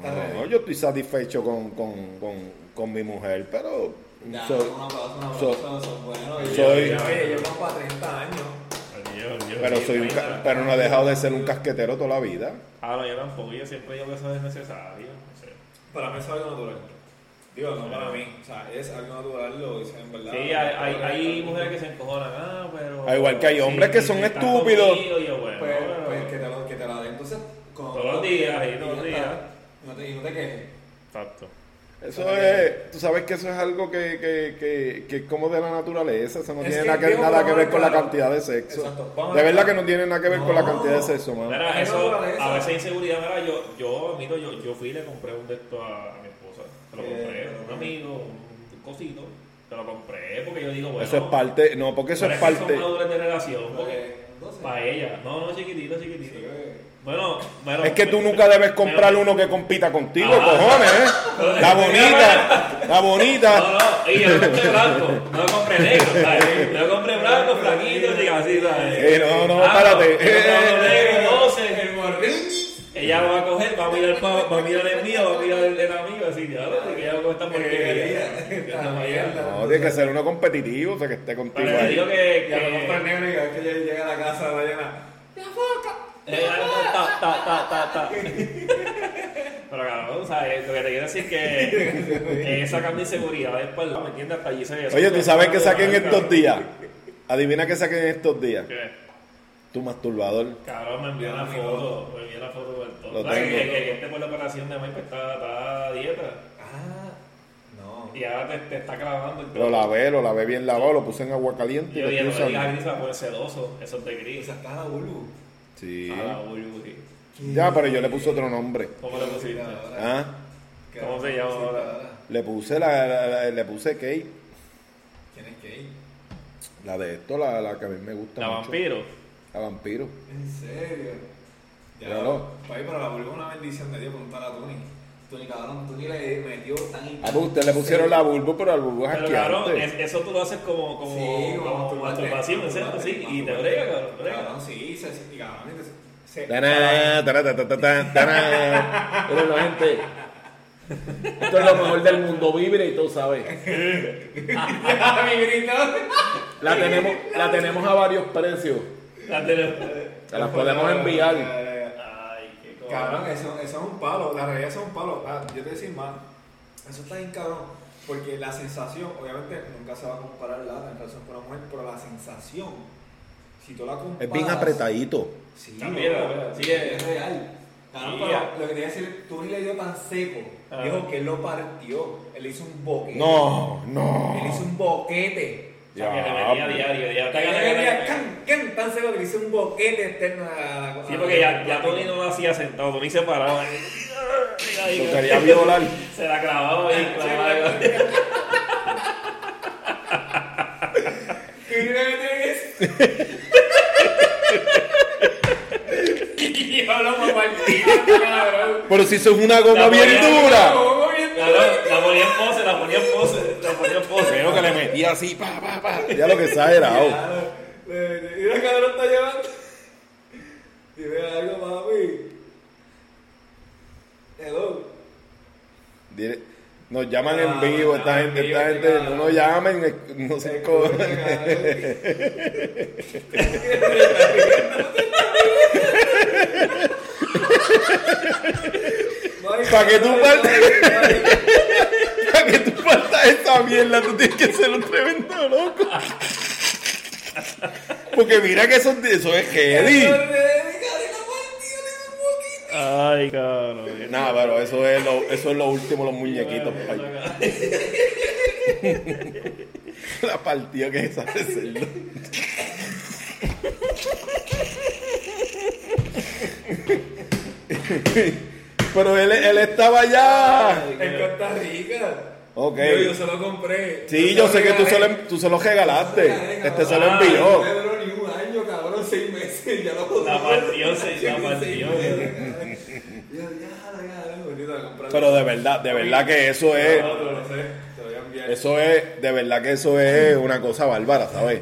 Speaker 3: no,
Speaker 2: estás ready.
Speaker 3: yo estoy satisfecho con, con, con, con mi mujer, pero...
Speaker 2: Ya,
Speaker 3: so-
Speaker 2: un aplauso, un aplauso, son buenos. Oye,
Speaker 3: soy-
Speaker 2: Oye, yo para 30 años.
Speaker 1: Adiós, Dios,
Speaker 3: Pero,
Speaker 1: Dios,
Speaker 3: soy un
Speaker 1: Dios.
Speaker 3: ca- pero no he dejado de ser un casquetero toda la vida.
Speaker 1: Ah, no, yo tampoco, yo siempre digo que eso es necesario. no sé.
Speaker 2: Para mí es algo natural. Digo, no para mí. O sea, es algo natural, lo dicen en verdad.
Speaker 1: Sí, hay, hay, hay mujeres que se encojonan, ah, pero...
Speaker 3: Al igual que hay hombres que son
Speaker 1: sí, están
Speaker 3: estúpidos.
Speaker 1: conmigo, y yo, bueno,
Speaker 2: Pues,
Speaker 1: pero-
Speaker 2: pues que te lo, que te la den, entonces. con-
Speaker 1: Todos los días, y
Speaker 2: ya
Speaker 1: todos los
Speaker 2: está.
Speaker 1: días.
Speaker 2: No te, y no te quejes.
Speaker 1: Exacto.
Speaker 3: Eso es, tú sabes que eso es algo que, que, que, que es como de la naturaleza, eso no
Speaker 2: Es
Speaker 3: tiene
Speaker 2: que,
Speaker 3: nada, que,
Speaker 2: viejo,
Speaker 3: nada que
Speaker 2: vamos
Speaker 3: ver
Speaker 2: a
Speaker 3: con la
Speaker 2: hablar.
Speaker 3: cantidad de sexo.
Speaker 2: Exacto, vamos a
Speaker 3: De verdad
Speaker 2: hablar.
Speaker 3: que no tiene nada que ver con la
Speaker 2: No.
Speaker 3: cantidad de sexo, mano.
Speaker 1: Mira,
Speaker 2: Es
Speaker 1: eso,
Speaker 2: naturaleza.
Speaker 1: a veces inseguridad, mira, yo, yo, admito, yo, yo fui y le compré un de esto a, a mi esposa. Se lo
Speaker 2: Eh,
Speaker 1: compré,
Speaker 2: pero
Speaker 1: un
Speaker 2: bueno.
Speaker 1: amigo, un cosito. Se lo compré porque yo digo, bueno.
Speaker 3: Eso es parte, no, porque eso
Speaker 1: pues, pero
Speaker 3: es
Speaker 1: que
Speaker 3: parte.
Speaker 1: Son maduras de relación, porque
Speaker 2: Entonces,
Speaker 1: para ella. No, no, chiquitito, chiquitito.
Speaker 2: sí, eh.
Speaker 1: Bueno, bueno.
Speaker 3: Es que tú
Speaker 1: pero-
Speaker 3: nunca debes comprar
Speaker 1: pero-
Speaker 3: uno que compita contigo,
Speaker 1: Ah.
Speaker 3: cojones, ¿eh? La bonita, la
Speaker 1: No,
Speaker 3: bonita.
Speaker 1: no, y yo lo compré blanco, no lo compré negro, ¿sabes? Yo lo compré blanco, flaquito, y así, ¿sabes?
Speaker 3: Eh, no, no,
Speaker 1: Ah,
Speaker 3: párate.
Speaker 1: yo lo compré
Speaker 3: Eh.
Speaker 1: negro, 12,
Speaker 2: El morrín.
Speaker 1: Ella va a coger, va a mirar, pa- va a mirar el mío, va a mirar el, el amigo, así, ya, ¿no? que ella va a coger esta porquería.
Speaker 2: Esta
Speaker 1: No,
Speaker 2: mierda.
Speaker 1: ya.
Speaker 3: No, tiene que ser uno competitivo, o sea, que esté contigo
Speaker 1: Pero te digo
Speaker 3: ahí.
Speaker 1: que.
Speaker 2: Y a lo mejor está
Speaker 1: que-
Speaker 2: negro y cada vez que ella llega a la casa, va a llenar.
Speaker 1: eh, ta, ta, ta, ta, ta. Pero cabrón, o sea, eh, lo que te quiero decir es que esa cambia inseguridad es para ¿me entiendes? Hasta allí se
Speaker 3: Oye, tú sabes que saquen estos días. Adivina que saquen estos días.
Speaker 1: ¿Qué?
Speaker 3: Tu masturbador.
Speaker 1: Cabrón, me envió una foto, me envió una foto del todo.
Speaker 3: Lo
Speaker 1: ¿Sabes
Speaker 3: tengo.
Speaker 1: que, que, que este por la operación de Mike está, está a dieta
Speaker 2: Ah, no.
Speaker 1: y ahora te, te está clavando el
Speaker 3: Lo lavé, lo lavé bien lavado, lo puse en agua caliente y
Speaker 1: Yo
Speaker 3: lo
Speaker 1: dije,
Speaker 3: estoy
Speaker 1: no
Speaker 3: usando.
Speaker 1: digas gris, va a poner sedoso, eso es de
Speaker 2: O
Speaker 1: gris.
Speaker 2: sea, está la Ulu.
Speaker 3: Sí.
Speaker 1: A Ah, la Uri.
Speaker 3: Ya, pero yo le puse otro nombre.
Speaker 1: ¿Cómo le pusiste?
Speaker 3: ¿Ah?
Speaker 2: ¿Qué
Speaker 1: ¿Cómo se
Speaker 2: era?
Speaker 1: llama
Speaker 2: Sí,
Speaker 1: ahora?
Speaker 2: ahora.
Speaker 3: Le puse la, la- la- le puse Kate.
Speaker 2: ¿Quién es Kate?
Speaker 3: La de esto, la, la que a mí me gusta.
Speaker 1: La
Speaker 3: mucho.
Speaker 1: vampiro.
Speaker 3: La vampiro.
Speaker 2: ¿En serio?
Speaker 3: Claro.
Speaker 2: Papi, pero la Bulbo es una bendición de Dios preguntar a Tony. Tony, cabrón, Tony le metió tan...
Speaker 3: Ah, pues ustedes le pusieron la bulbo, pero la bulbo es
Speaker 1: Pero cabrón, es-
Speaker 3: asqueante.
Speaker 1: eso tú lo haces como, como,
Speaker 2: Sí, como
Speaker 1: como
Speaker 2: masturbante,
Speaker 1: masturbación,
Speaker 2: masturbante,
Speaker 1: ¿cierto? Sí, y te
Speaker 2: masturbante.
Speaker 1: brega, cabrón. brega.
Speaker 2: Cabrón, sí, se, y cabrón, y se... se-
Speaker 3: Tará, tará, tará, tará, tará. Pero la gente. Esto es lo mejor del mundo, vibre y tú sabes.
Speaker 2: Mi grito.
Speaker 3: La tenemos, la tenemos a varios precios.
Speaker 1: La tele-
Speaker 3: Se las podemos enviar.
Speaker 1: Ay, qué o-
Speaker 2: Cabrón, eso, eso es un palo, la realidad eso es un palo. Ah, yo te voy a decir más, eso está bien cabrón, porque la sensación, obviamente nunca se va a comparar la en relación con una mujer, pero la sensación, si tú la comparas...
Speaker 3: Es bien apretadito.
Speaker 2: Sí,
Speaker 1: También,
Speaker 2: loco,
Speaker 1: ¿verdad?
Speaker 2: sí, es real. Cabrón,
Speaker 1: Sí,
Speaker 2: pero
Speaker 1: ya.
Speaker 2: lo que te iba a decir, tú le dio tan seco,
Speaker 1: Ah.
Speaker 2: dijo que él lo partió, él hizo un boquete.
Speaker 3: No, no.
Speaker 2: Él hizo un boquete.
Speaker 1: O sea, que le venía diario, ya.
Speaker 2: Que le venía, can, can, tan seco que le hizo un boquete externo a la
Speaker 1: Sí, porque ya, ya Tony no lo hacía sentado, Tony se paraba.
Speaker 3: Lo quería violar.
Speaker 1: Se la
Speaker 2: Ah,
Speaker 1: clavaba y clavaba.
Speaker 2: Que yo le metí eso.
Speaker 1: Y hablamos partido, cabrón.
Speaker 3: Pero si eso es una goma
Speaker 1: La
Speaker 3: bien
Speaker 1: podía-
Speaker 3: dura.
Speaker 2: Como bien
Speaker 1: Cabrón, La ponía en pose, la ponía en pose, la ponía en pose.
Speaker 3: Pero que le metía así, pa, pa, pa. Ya lo que exagerado.
Speaker 2: Claro. Le- le- Mira, cabrón, está llevando. Dime algo, mami. Hello.
Speaker 3: Dire- Nos llaman en
Speaker 2: Ah,
Speaker 3: vivo, esta
Speaker 2: llaman en
Speaker 3: gente,
Speaker 2: vivo,
Speaker 3: esta gente,
Speaker 2: claro.
Speaker 3: no nos llamen, eh, no se co- Pa' que tú
Speaker 2: partes.
Speaker 3: Para que tú faltas esta mierda, tú tienes que ser un tremendo loco. Porque mira que eso, eso es heavy.
Speaker 1: Ay, cabrón.
Speaker 3: Nada, pero eso es lo, eso es lo último, los muñequitos. Ay, la partida que es hacerlo. Pero él, él estaba allá.
Speaker 2: En Costa Rica.
Speaker 3: Ok.
Speaker 2: Yo, yo se lo compré.
Speaker 3: Sí, yo sé que tú se lo, tú se lo regalaste. Este se lo envió.
Speaker 2: No me duró ni un año, cabrón, seis meses. Ya lo
Speaker 1: La partió, se- la
Speaker 2: Seis
Speaker 1: partió.
Speaker 2: meses, Yo, ya, ya, ya, bonito, la compré.
Speaker 3: Pero de verdad, de verdad que eso es.
Speaker 2: No, pero no sé, te lo voy a enviar.
Speaker 3: Eso Pues, es, de verdad que eso es una cosa bárbara, ¿sabes?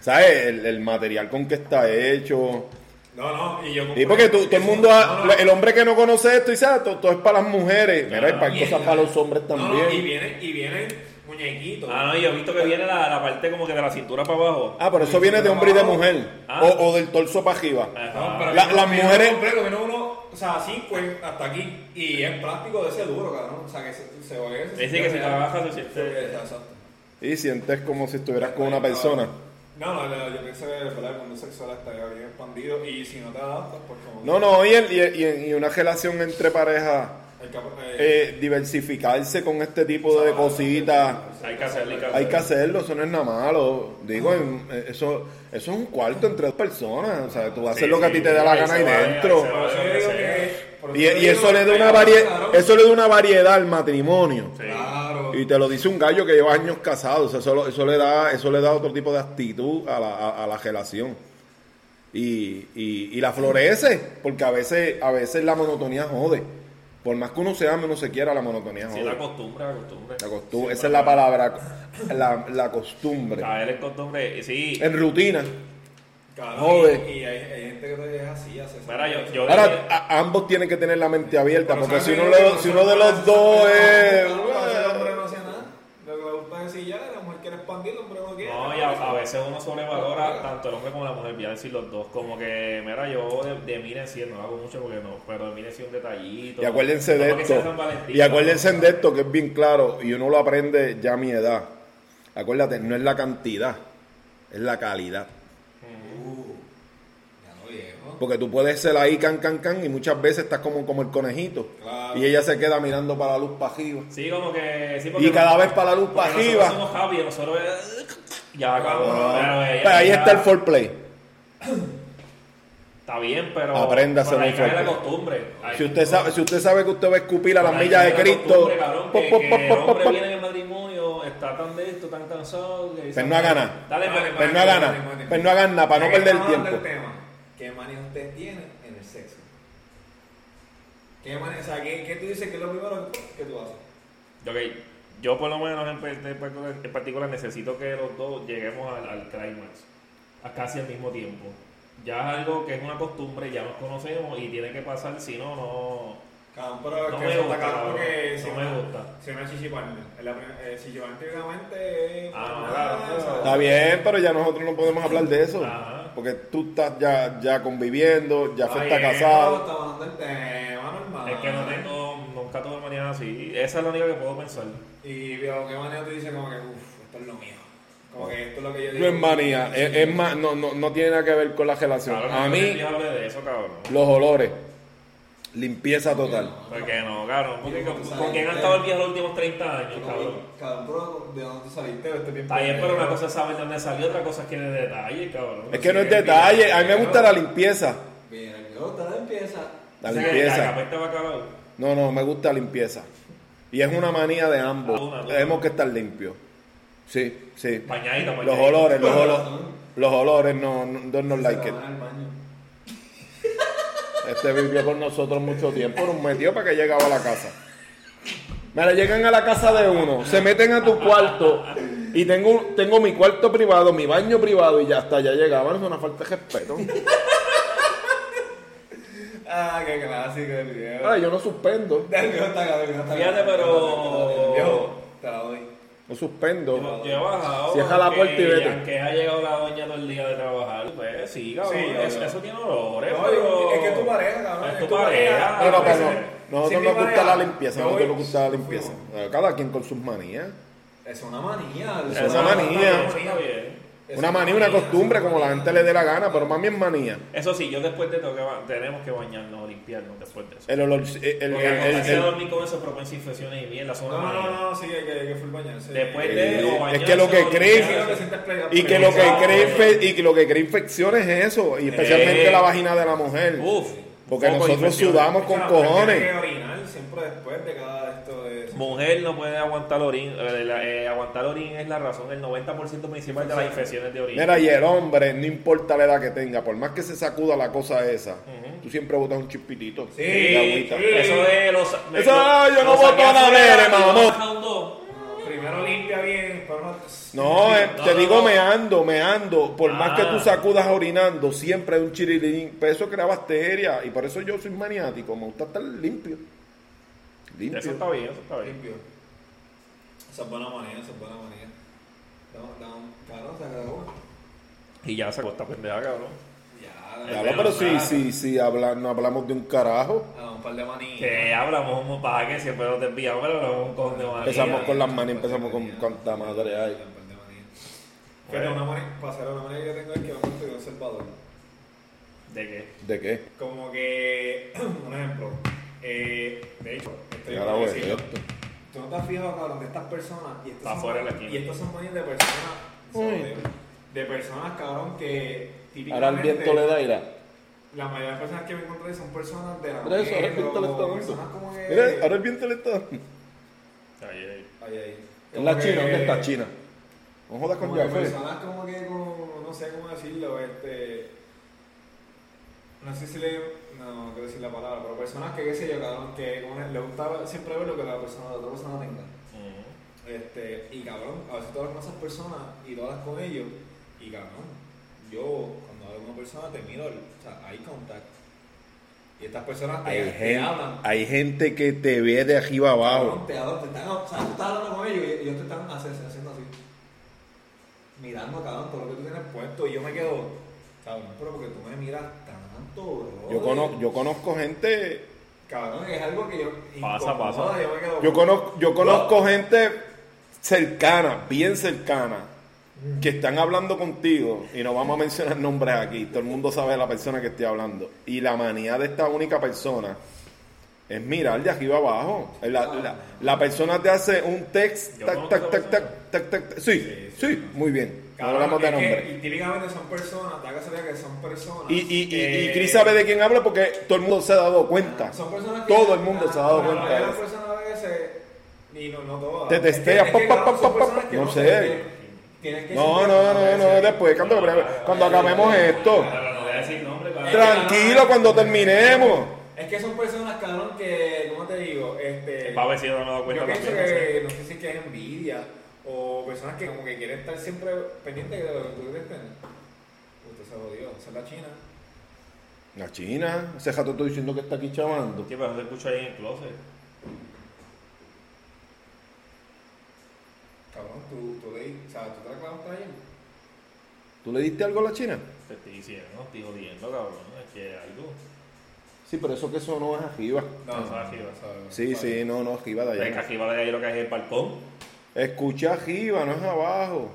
Speaker 3: ¿Sabes? El, el material con que está hecho.
Speaker 2: No, no, y yo compré.
Speaker 3: Y porque tú, todo el mundo, ha- el hombre que no conoce esto, dice, ah, todo, todo es para las mujeres. Mira, hay para cosas para los hombres
Speaker 2: No, no, y
Speaker 3: también.
Speaker 2: vienen, y vienen muñequitos.
Speaker 1: Ah, no, yo he visto que viene la, la parte como que de la cintura para abajo.
Speaker 3: Ah, pero eso viene de hombre y de mujer.
Speaker 1: Ah.
Speaker 3: O, o del torso para arriba.
Speaker 1: Ajá.
Speaker 2: pero
Speaker 3: La-
Speaker 2: vino-
Speaker 3: las
Speaker 2: vino
Speaker 3: mujeres-
Speaker 2: completo, vino uno, o sea, así pues, hasta aquí. Y es práctico de ese duro, cabrón. O sea, que se, se oye.
Speaker 1: Es decir, que si trabajas, se
Speaker 2: Se
Speaker 1: siente.
Speaker 2: oye, exacto.
Speaker 3: Y sientes como si estuvieras con una persona.
Speaker 2: No, no, no, yo pienso que ¿verdad? el mundo sexual está ya bien expandido y si no te adaptas, pues como.
Speaker 3: No, no, y, el- y, y- y una relación entre parejas,
Speaker 2: El capo- eh,
Speaker 3: eh, diversificarse con este tipo de cositas.
Speaker 1: Hay que hacerle caso.
Speaker 3: Hay que hacerlo, eso no es nada malo. Digo, en- eh, eso, eso es un cuarto entre dos personas. O sea, tú haces
Speaker 1: Sí,
Speaker 3: lo que a
Speaker 1: sí,
Speaker 3: ti te da la
Speaker 1: ahí se
Speaker 3: gana ahí
Speaker 1: va, ahí
Speaker 3: dentro.
Speaker 1: se va.
Speaker 2: por eso yo digo que- por
Speaker 3: Y,
Speaker 2: yo
Speaker 3: y
Speaker 2: digo
Speaker 3: eso le da
Speaker 2: que-
Speaker 3: una variedad,
Speaker 2: Claro.
Speaker 3: eso le da una variedad al matrimonio.
Speaker 1: Sí.
Speaker 2: Claro.
Speaker 3: Y te lo dice un gallo que lleva años casado. O sea, eso, lo- eso le da, eso le da otro tipo de actitud a la, a- a la relación. Y, y- y la florece, porque a veces, a veces la monotonía jode. Por más que uno se ame, uno se quiera, la monotonía
Speaker 1: Si
Speaker 3: jode.
Speaker 1: la costumbre, la costumbre.
Speaker 3: La costumbre, esa es la palabra, la, la costumbre.
Speaker 1: Caer en costumbre, y sí.
Speaker 3: En rutina.
Speaker 2: Claro,
Speaker 3: Joder.
Speaker 2: Y, y hay, hay gente que te es así, hace
Speaker 1: Mira, yo, yo
Speaker 3: Ahora, a- ambos tienen que tener la mente abierta,
Speaker 2: Pero
Speaker 3: porque si
Speaker 2: ¿sabes
Speaker 3: uno,
Speaker 2: qué?
Speaker 3: lo- si uno de los dos eh, es...
Speaker 2: No, no, el hombre no hace nada. Lo que le gusta es decir ya, la mujer quiere expandir, el hombre no quiere.
Speaker 1: No, y a, a veces uno sobrevalora tanto el hombre como la mujer, voy a decir los dos. Como que, mira, yo de, de mí en sí, no lo hago mucho porque no, pero de mí en sí un detallito.
Speaker 3: Y acuérdense de
Speaker 1: Como que sea
Speaker 3: esto.
Speaker 1: San Valentín,
Speaker 3: Y acuérdense de esto, que es bien claro, y uno lo aprende ya a mi edad. Acuérdate, no es la cantidad, es la calidad.
Speaker 2: Uh, ya lo viejo.
Speaker 3: Porque tú puedes ser ahí can, can, can, y muchas veces estás como, como el conejito.
Speaker 2: Claro.
Speaker 3: Y ella se queda mirando para la luz para arriba.
Speaker 1: Sí, como que. Sí, porque
Speaker 3: Y cada vez para la luz
Speaker 1: porque
Speaker 3: para
Speaker 1: nosotros
Speaker 3: arriba. Ah.
Speaker 1: somos happy, nosotros. eh, Ya, cabrón. pero ella-
Speaker 3: Pero pues ahí
Speaker 1: ella-
Speaker 3: está el foreplay.
Speaker 1: Está bien, pero.
Speaker 3: Aprenda a
Speaker 1: pero
Speaker 3: ser
Speaker 1: hay
Speaker 3: un
Speaker 1: que ver
Speaker 3: fuerte.
Speaker 1: la costumbre. Hay-
Speaker 3: Si usted sabe, si usted sabe que usted va a escupir a las
Speaker 1: hay que
Speaker 3: millas de
Speaker 1: ver la
Speaker 3: Cristo,
Speaker 1: costumbre, cabrón,
Speaker 3: po,
Speaker 1: que-
Speaker 3: po,
Speaker 1: que
Speaker 3: po,
Speaker 1: el
Speaker 3: po,
Speaker 1: hombre
Speaker 3: po,
Speaker 1: viene en el matrimonio, está tan de esto, tan cansado. que dice,
Speaker 3: Pero Pues no haga nada.
Speaker 1: Dale, pues,
Speaker 2: Dale,
Speaker 1: pero-
Speaker 3: pero pues no hagan nada, pero no hagan nada para no
Speaker 2: Ya que
Speaker 3: perder el
Speaker 2: estamos hablando
Speaker 3: tiempo.
Speaker 2: del tema, ¿Qué manía usted tiene en el sexo? ¿Qué manía, o sea, ¿qué, qué tú dices que es lo primero que tú haces?
Speaker 1: pues. Ok, yo por lo menos en, pe- en particular- en particular necesito que los dos lleguemos al, al climax a casi al mismo tiempo. Ya es algo que es una costumbre, ya nos conocemos y tiene que pasar, si no, no,
Speaker 2: Cabrón, pero es
Speaker 1: no
Speaker 2: que
Speaker 1: me
Speaker 2: eso está
Speaker 1: gusta.
Speaker 2: cabrón
Speaker 1: cabrón.
Speaker 2: porque si
Speaker 1: No
Speaker 2: una-
Speaker 1: me gusta.
Speaker 2: Si una chichiparme. Eh, si yo antiguamente.
Speaker 1: Ah,
Speaker 2: pues,
Speaker 1: no,
Speaker 2: nada,
Speaker 1: claro,
Speaker 2: o sea,
Speaker 3: Está bien, pero ya nosotros no podemos hablar de eso.
Speaker 1: Ajá.
Speaker 3: Porque tú estás ya, ya conviviendo, ya
Speaker 2: Está
Speaker 3: Fe está
Speaker 2: bien,
Speaker 3: casado.
Speaker 2: pero estamos hablando del Ah.
Speaker 1: Esa es la única que puedo pensar.
Speaker 2: Y veo que manía tú dices como que, uff, esto es lo mío. Como que esto es lo que yo digo.
Speaker 3: No es manía, es, es más, no, no, no tiene nada que ver con la relación.
Speaker 1: Cabrón,
Speaker 3: A
Speaker 1: no
Speaker 3: mí,
Speaker 1: te hable de eso, cabrón.
Speaker 3: los olores, limpieza total.
Speaker 1: ¿Por qué no, cabrón? Porque
Speaker 2: Yo
Speaker 1: con,
Speaker 2: no
Speaker 1: con
Speaker 2: sabía
Speaker 1: quién han
Speaker 2: que-
Speaker 1: estado el viejo los últimos 30 años,
Speaker 2: Como que,
Speaker 1: cabrón?
Speaker 2: Cabrón, bro, ¿de dónde tú saliste? Esto es bien
Speaker 1: Está bien, pero
Speaker 2: pendejo.
Speaker 1: una cosa es saber dónde salió, otra cosa es que es detalle, cabrón.
Speaker 3: Es que no es detalle, a mí me gusta la limpieza.
Speaker 2: Mira, yo te empieza.
Speaker 3: La
Speaker 1: O sea,
Speaker 3: limpieza.
Speaker 1: La capeta pues, va a acabar.
Speaker 3: No, no, me gusta limpieza. Y es una manía de ambos.
Speaker 1: Ah, una, una.
Speaker 3: Tenemos que estar limpios. Sí, sí.
Speaker 1: Bañadita,
Speaker 3: Los
Speaker 1: bañadita.
Speaker 3: olores, los
Speaker 2: Pero-
Speaker 3: olores. Los olores no, no don't not like
Speaker 2: Se
Speaker 3: it.
Speaker 2: van al baño.
Speaker 3: Este vivió con nosotros mucho tiempo, nos metió para que llegaba a la casa. Mira, llegan a la casa de uno, se meten a tu cuarto y tengo, tengo mi cuarto privado, mi baño privado y ya está, ya llegaban, es una falta de respeto.
Speaker 2: Ah, qué clásico el video.
Speaker 3: Ah, yo no suspendo,
Speaker 2: El viejo está cabrón, el viejo está
Speaker 1: Fíjate,
Speaker 2: cabrón.
Speaker 1: pero-
Speaker 2: El viejo, te la doy.
Speaker 3: no suspendo.
Speaker 1: Yo, yo he bajado.
Speaker 3: Cierra la
Speaker 1: aunque-
Speaker 3: puerta y vete.
Speaker 1: Aunque ha llegado la doña todo el día de trabajar, pues sí, cabrón.
Speaker 2: Sí,
Speaker 1: eso,
Speaker 2: yo-
Speaker 1: eso tiene olores.
Speaker 2: No,
Speaker 1: pero-
Speaker 2: es que es tu pareja, cabrón.
Speaker 1: Es tu pareja.
Speaker 3: No, no,
Speaker 1: pero
Speaker 3: pero no,
Speaker 2: Si
Speaker 3: nosotros
Speaker 2: mi
Speaker 3: nos gusta
Speaker 2: pareja-
Speaker 3: la limpieza,
Speaker 2: yo
Speaker 3: nosotros
Speaker 2: voy-
Speaker 3: nos gusta la limpieza. Eh, Cada quien con sus manías.
Speaker 2: Es una manía.
Speaker 3: Es una manía.
Speaker 1: Eso está bien.
Speaker 2: es
Speaker 3: Una manía, una costumbre, como la gente le dé la gana, pero más bien manía.
Speaker 1: Eso sí, yo después de tengo que ba- tenemos que bañarnos o limpiarnos después de eso.
Speaker 3: El olor, el- el-
Speaker 1: Porque
Speaker 3: el- el-
Speaker 1: acostarse a
Speaker 3: el-
Speaker 1: dormir con eso provoca infecciones y mierda, son
Speaker 2: No,
Speaker 1: una
Speaker 2: no,
Speaker 1: manía.
Speaker 2: no, no, sí, que, que fue el bañarse.
Speaker 1: Después
Speaker 2: Sí,
Speaker 1: de
Speaker 3: Eh,
Speaker 1: o
Speaker 3: es que lo que
Speaker 1: bañarse o
Speaker 3: creen-
Speaker 1: limpiarse.
Speaker 2: lo que sientes plega-
Speaker 3: Y que lo que
Speaker 1: Exacto.
Speaker 3: cree infe- y que lo que cree infecciones es eso, y especialmente
Speaker 1: Eh.
Speaker 3: la vagina de la mujer.
Speaker 1: Uf,
Speaker 3: Porque
Speaker 1: poco
Speaker 3: nosotros
Speaker 1: infecciones.
Speaker 3: sudamos con
Speaker 2: Pero Tienes
Speaker 3: cojones.
Speaker 2: que orinar siempre después de cada esto de
Speaker 1: Mujer no puede aguantar orín. eh, la- eh, aguantar orín es la razón, el 90% principal de las infecciones de orín.
Speaker 3: Mira, y el hombre, no importa la edad que tenga, por más que se sacuda la cosa esa,
Speaker 1: Ujú.
Speaker 3: tú siempre botas un chispitito
Speaker 2: Sí,
Speaker 3: de agüita.
Speaker 2: sí.
Speaker 1: Eso de los.
Speaker 3: Eso, yo no voto a la vele, mamón.
Speaker 2: No, Primero limpia bien, después no. pues,
Speaker 3: No, eh,
Speaker 1: No,
Speaker 3: te
Speaker 1: no,
Speaker 3: digo
Speaker 1: no.
Speaker 3: meando, meando. Por más que
Speaker 1: Ah.
Speaker 3: tú sacudas orinando, siempre hay un chirilín. Pero eso crea bacterias. Y por eso yo soy maniático. Me gusta estar limpio. Limpio.
Speaker 1: Eso está bien, eso está bien.
Speaker 2: Limpio. Esa es buena manía, esa es buena manía. Dame, dame, cabrón, se acabó.
Speaker 1: Y ya sacó esta pendeja, cabrón.
Speaker 2: Ya,
Speaker 3: Ya
Speaker 2: dame,
Speaker 3: lo- pero
Speaker 1: Pero,
Speaker 3: si,
Speaker 1: claro.
Speaker 3: si, si habla- no hablamos de un carajo.
Speaker 2: dame un par de manías.
Speaker 1: Que hablamos un paja que siempre nos desviamos, pero hablamos un cojón de manía.
Speaker 3: Empezamos con las manos,
Speaker 2: Un par de
Speaker 3: empezamos con
Speaker 2: manías.
Speaker 3: cuánta madre hay.
Speaker 2: Un par de manías. Fíjate,
Speaker 1: Bueno.
Speaker 2: una manía, para hacer una manía que tengo es que vamos a estudiar un salvador.
Speaker 1: ¿De qué?
Speaker 3: ¿De qué?
Speaker 2: Como que, un ejemplo, eh, de hecho, estoy
Speaker 3: Ahora voy,
Speaker 2: decirlo.
Speaker 3: esto.
Speaker 2: Tú no te has fijado, cabrón, de estas personas. Y estas
Speaker 1: Pa'
Speaker 2: son-
Speaker 1: fuera de la esquina.
Speaker 2: Y estas son manías de personas. son
Speaker 3: Uy.
Speaker 2: de- De personas, cabrón, que típicamente.
Speaker 3: Ahora el viento le da ira.
Speaker 2: La mayoría de las personas que me encontré son personas de la
Speaker 3: Mira eso, ahora el
Speaker 2: mujer
Speaker 3: viento le está
Speaker 2: o
Speaker 3: dando.
Speaker 2: personas como que.
Speaker 3: Mira, ahora el viento le está dando.
Speaker 1: Ay, ay.
Speaker 2: Ay, ay.
Speaker 3: ¿En la
Speaker 2: Como
Speaker 3: China?
Speaker 2: que-
Speaker 3: ¿Dónde está China? No jodas
Speaker 2: Como
Speaker 3: con
Speaker 2: que
Speaker 3: Jafé.
Speaker 2: personas como que con, no sé cómo decirlo, este. No sé si le. No, no quiero decir la palabra, pero personas que, qué sé yo, cabrón, que como le gusta siempre ver lo que la persona, la otra persona tenga.
Speaker 3: Oh.
Speaker 1: Mm.
Speaker 2: Este, y cabrón, a veces tú hablas con esas personas y tú hablas con ellos, y cabrón, yo cuando hablo con una persona te miro, o sea, hay contacto. Y estas personas te,
Speaker 3: Hay
Speaker 2: te
Speaker 3: gente,
Speaker 2: hablan.
Speaker 3: hay gente que te ve de arriba abajo.
Speaker 2: Cabrón, te hablan, te están, o sea, tú estás hablando con ellos y ellos te están hace- haciendo así. Mirando, cabrón, todo lo que tú tienes puesto, y yo me quedo, cabrón, pero porque tú me miras tanto, bro.
Speaker 3: Yo conozco, yo conozco gente
Speaker 2: Cabrón, es algo que yo.
Speaker 1: Pasa,
Speaker 2: incomoda,
Speaker 1: pasa.
Speaker 2: Yo me quedo.
Speaker 3: Yo conozco, yo conozco gente cercana, bien cercana, que están hablando contigo y no vamos a mencionar nombres aquí. Todo el mundo sabe de la persona que estoy hablando. Y la manía de esta única persona es mirar de arriba abajo. La,
Speaker 2: Ah.
Speaker 3: la- la persona te hace un text,
Speaker 1: Yo
Speaker 3: tac,
Speaker 1: conozco
Speaker 3: tac,
Speaker 1: esa
Speaker 3: tac,
Speaker 1: persona.
Speaker 3: tac, tac, tac, Sí,
Speaker 2: Sí, sí.
Speaker 3: sí, muy bien. No
Speaker 2: Cabrón,
Speaker 3: hablamos de
Speaker 2: es que-
Speaker 3: nombre.
Speaker 2: y típicamente son personas, te hagas idea que son personas.
Speaker 3: Y, y, y, y
Speaker 2: que-
Speaker 3: Chris sabe de quién habla porque todo el mundo se ha dado cuenta.
Speaker 2: Eh, Ah, Son personas que-
Speaker 3: Todo el mundo se ha dado
Speaker 2: Ah,
Speaker 3: cuenta
Speaker 2: pero
Speaker 3: de
Speaker 2: hay
Speaker 3: eso.
Speaker 2: personas a veces, y no, no todas.
Speaker 3: Te
Speaker 2: Es que-
Speaker 3: testeas,
Speaker 2: es que,
Speaker 3: pa, pa,
Speaker 2: cabrón, son
Speaker 3: pa, pa,
Speaker 2: personas que
Speaker 3: no sé.
Speaker 2: que- tienes que
Speaker 3: No,
Speaker 2: sentir-
Speaker 3: no, no, no,
Speaker 2: veces-
Speaker 3: después, cuando, cuando acabemos esto.
Speaker 1: Pero no voy a decir nombre, claro.
Speaker 3: Tranquilo cuando terminemos.
Speaker 2: Es que son personas, cabrón, que, ¿cómo te digo? Este,
Speaker 1: El pavo vecino no me he dado
Speaker 2: yo
Speaker 1: cuenta
Speaker 2: pienso
Speaker 1: también.
Speaker 2: que, no sé si es que es envidia, o personas que como que quieren estar siempre pendientes de lo que tú quieres tener. Usted se jodió, esa es la china.
Speaker 3: La China, ese jato estoy diciendo que está aquí chavando.
Speaker 1: ¿Qué pasa? Se escucha ahí en el closet.
Speaker 2: Cabrón, tú, tú leí, o sea, tú te la clavas para ella.
Speaker 3: ¿Tú le diste algo a la China?
Speaker 1: Te estoy diciendo, no estoy jodiendo, cabrón. Es que algo.
Speaker 2: O
Speaker 3: Sí, pero eso que eso no es arriba.
Speaker 1: No, eso es arriba.
Speaker 3: Sí, sí, no, no, arriba de
Speaker 1: Pero que
Speaker 3: allá.
Speaker 1: aquí vale ahí lo que es el balcón.
Speaker 3: Escucha arriba, no es abajo.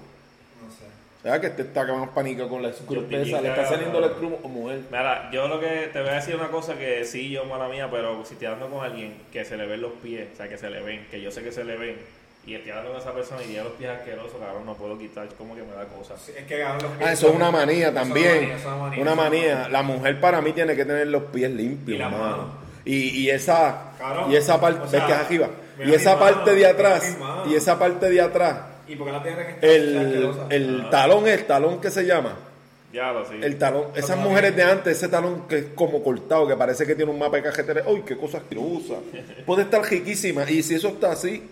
Speaker 2: No sé.
Speaker 3: ¿Sabes que este está más pánico con la escrupeza?
Speaker 1: diría-
Speaker 3: Le está saliendo la escrupeza a mujer.
Speaker 1: Mira, yo lo que te voy a decir una cosa que sí, yo mala mía, pero si estoy hablando con alguien que se le ven los pies, o sea, que se le ven, que yo sé que se le ven, y estoy hablando con esa persona y tiene los pies asquerosos, cabrón, no puedo quitar, como que me da cosas.
Speaker 2: Sí, Es que cabrón, los
Speaker 3: Ah,
Speaker 2: pies
Speaker 3: eso es
Speaker 2: son-
Speaker 3: una
Speaker 2: eso
Speaker 3: manía
Speaker 2: es
Speaker 3: también.
Speaker 2: eso es
Speaker 3: Una
Speaker 2: eso es
Speaker 3: manía. La mujer para mí tiene que tener los pies limpios,
Speaker 2: Y la
Speaker 3: mano.
Speaker 2: mano.
Speaker 3: Y, y esa
Speaker 2: Cabrón,
Speaker 3: y esa parte,
Speaker 2: o
Speaker 3: ves
Speaker 2: sea,
Speaker 3: que es arriba.
Speaker 2: mira
Speaker 3: Y esa
Speaker 2: mi mano,
Speaker 3: parte de
Speaker 2: mira
Speaker 3: atrás,
Speaker 2: mi mano.
Speaker 3: y esa parte de atrás,
Speaker 2: ¿Y por qué la tienes que estar
Speaker 3: el,
Speaker 2: asquerosa?
Speaker 3: el talón, el talón que se llama,
Speaker 1: Ya lo sí.
Speaker 3: el talón, esas
Speaker 2: la
Speaker 3: mujeres de antes, ese talón que es como cortado, que parece que tiene un mapa de cajetera, uy, qué cosa asquerosa. Puede estar riquísima, y si eso está así,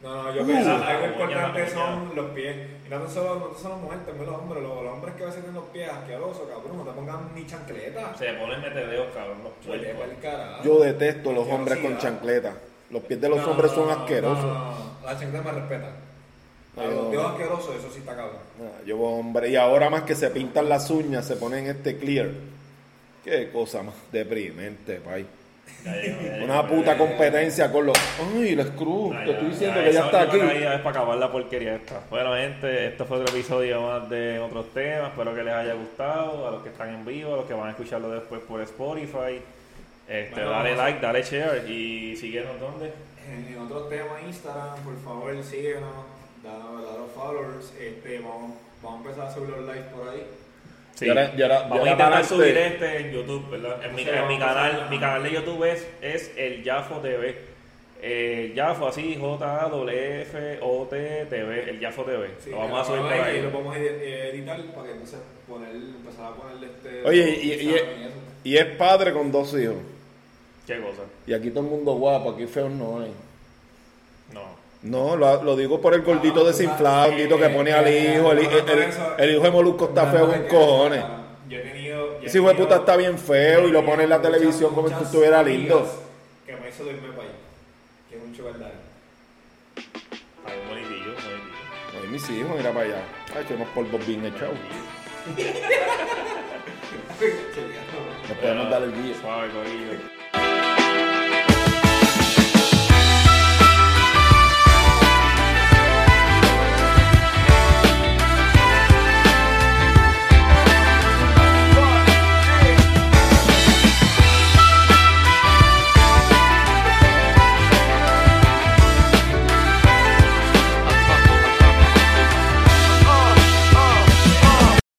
Speaker 2: No, no, yo
Speaker 3: Uh.
Speaker 2: creo que
Speaker 1: Ah,
Speaker 2: algo
Speaker 1: como
Speaker 2: importante
Speaker 1: ya,
Speaker 2: son los pies. Y no tan solo, no tan solo las mujeres, también los hombres. Los, los hombres que a veces tienen los pies asquerosos, cabrón. No te pongan ni chancleta.
Speaker 1: Se ponen metedeos, cabrón, los
Speaker 2: Huele para
Speaker 1: puercos.
Speaker 2: el carajo.
Speaker 3: yo detesto los hombres con
Speaker 2: Asquerosidad.
Speaker 3: chancleta. Los pies de
Speaker 2: ah. No,
Speaker 3: los hombres
Speaker 2: no,
Speaker 3: son
Speaker 2: no, no,
Speaker 3: asquerosos.
Speaker 2: No, no, no. La chancleta me respeta.
Speaker 3: No,
Speaker 2: Pero
Speaker 3: no,
Speaker 2: los pies
Speaker 3: no.
Speaker 2: asquerosos, eso sí está cabrón.
Speaker 3: Ah, Yo, hombre, y ahora más que se pintan las uñas, se ponen este clear. Qué cosa más deprimente, pay.
Speaker 1: Ya llegó, ya
Speaker 3: Una
Speaker 1: llegó,
Speaker 3: puta
Speaker 1: ya llegó.
Speaker 3: competencia con los. Ay, la screw,
Speaker 1: Ah,
Speaker 3: te estoy diciendo
Speaker 1: ya,
Speaker 3: que ya
Speaker 1: esa
Speaker 3: está aquí.
Speaker 1: última caída es para acabar la porquería esta. Bueno, gente, esto fue otro episodio más de otros temas. Espero que les haya gustado. A los que están en vivo, a los que van a escucharlo después por Spotify. Este,
Speaker 2: Bueno,
Speaker 1: dale
Speaker 2: vamos a-
Speaker 1: like, dale share y síguenos donde.
Speaker 2: En otro tema, Instagram, por favor, síguenos. Danos los followers. Este, vamos, vamos a empezar a subir los likes por ahí.
Speaker 1: Sí.
Speaker 3: Y ahora- y ahora-
Speaker 1: Vamos a
Speaker 3: y ahora
Speaker 1: intentar
Speaker 3: para
Speaker 1: subir
Speaker 3: este-
Speaker 1: este en YouTube, ¿verdad? En mi,
Speaker 2: Sí,
Speaker 1: en mi
Speaker 2: vamos a
Speaker 1: canal,
Speaker 2: hacer-
Speaker 1: mi canal de YouTube es, es el Jafo TV. Eh, Jafo, así, j a f o t TV, el Jafo TV.
Speaker 2: Sí,
Speaker 1: lo vamos a subir por
Speaker 2: grabarlo Y
Speaker 1: ahí.
Speaker 2: lo vamos a edi- eh, editar para que entonces poner, empezar a ponerle este.
Speaker 3: Oye, y- y-
Speaker 2: Instagram eso.
Speaker 3: Y es padre con dos hijos.
Speaker 1: Qué cosa.
Speaker 3: Y aquí todo el mundo guapo, aquí feos no hay.
Speaker 1: No.
Speaker 3: No, lo, lo digo por el gordito
Speaker 2: Ah,
Speaker 3: desinflado,
Speaker 2: tú sabes,
Speaker 3: Guito, que pone al
Speaker 2: eh,
Speaker 3: hijo. El,
Speaker 2: eh,
Speaker 3: el- el-
Speaker 2: eso-
Speaker 3: el hijo de Molusco está
Speaker 2: Una
Speaker 3: feo
Speaker 2: cosa
Speaker 3: con
Speaker 2: que-
Speaker 3: cojones.
Speaker 2: Yo he tenido. yo
Speaker 3: Ese
Speaker 2: he
Speaker 3: hijo
Speaker 2: tenido eh,
Speaker 3: de puta está bien feo y lo pone en la
Speaker 2: muchas,
Speaker 3: televisión como si
Speaker 2: muchas
Speaker 3: estuviera lindo.
Speaker 2: amigas Que me hizo dormir para allá. Que es un chocolate.
Speaker 1: Está bien bonitillo, bonitillo.
Speaker 3: Ay, mis hijos, mira para allá. Ay, que unos polvos bien echados.
Speaker 2: Chequeado.
Speaker 3: Nos podemos dar el guía.
Speaker 1: Suave, corillo.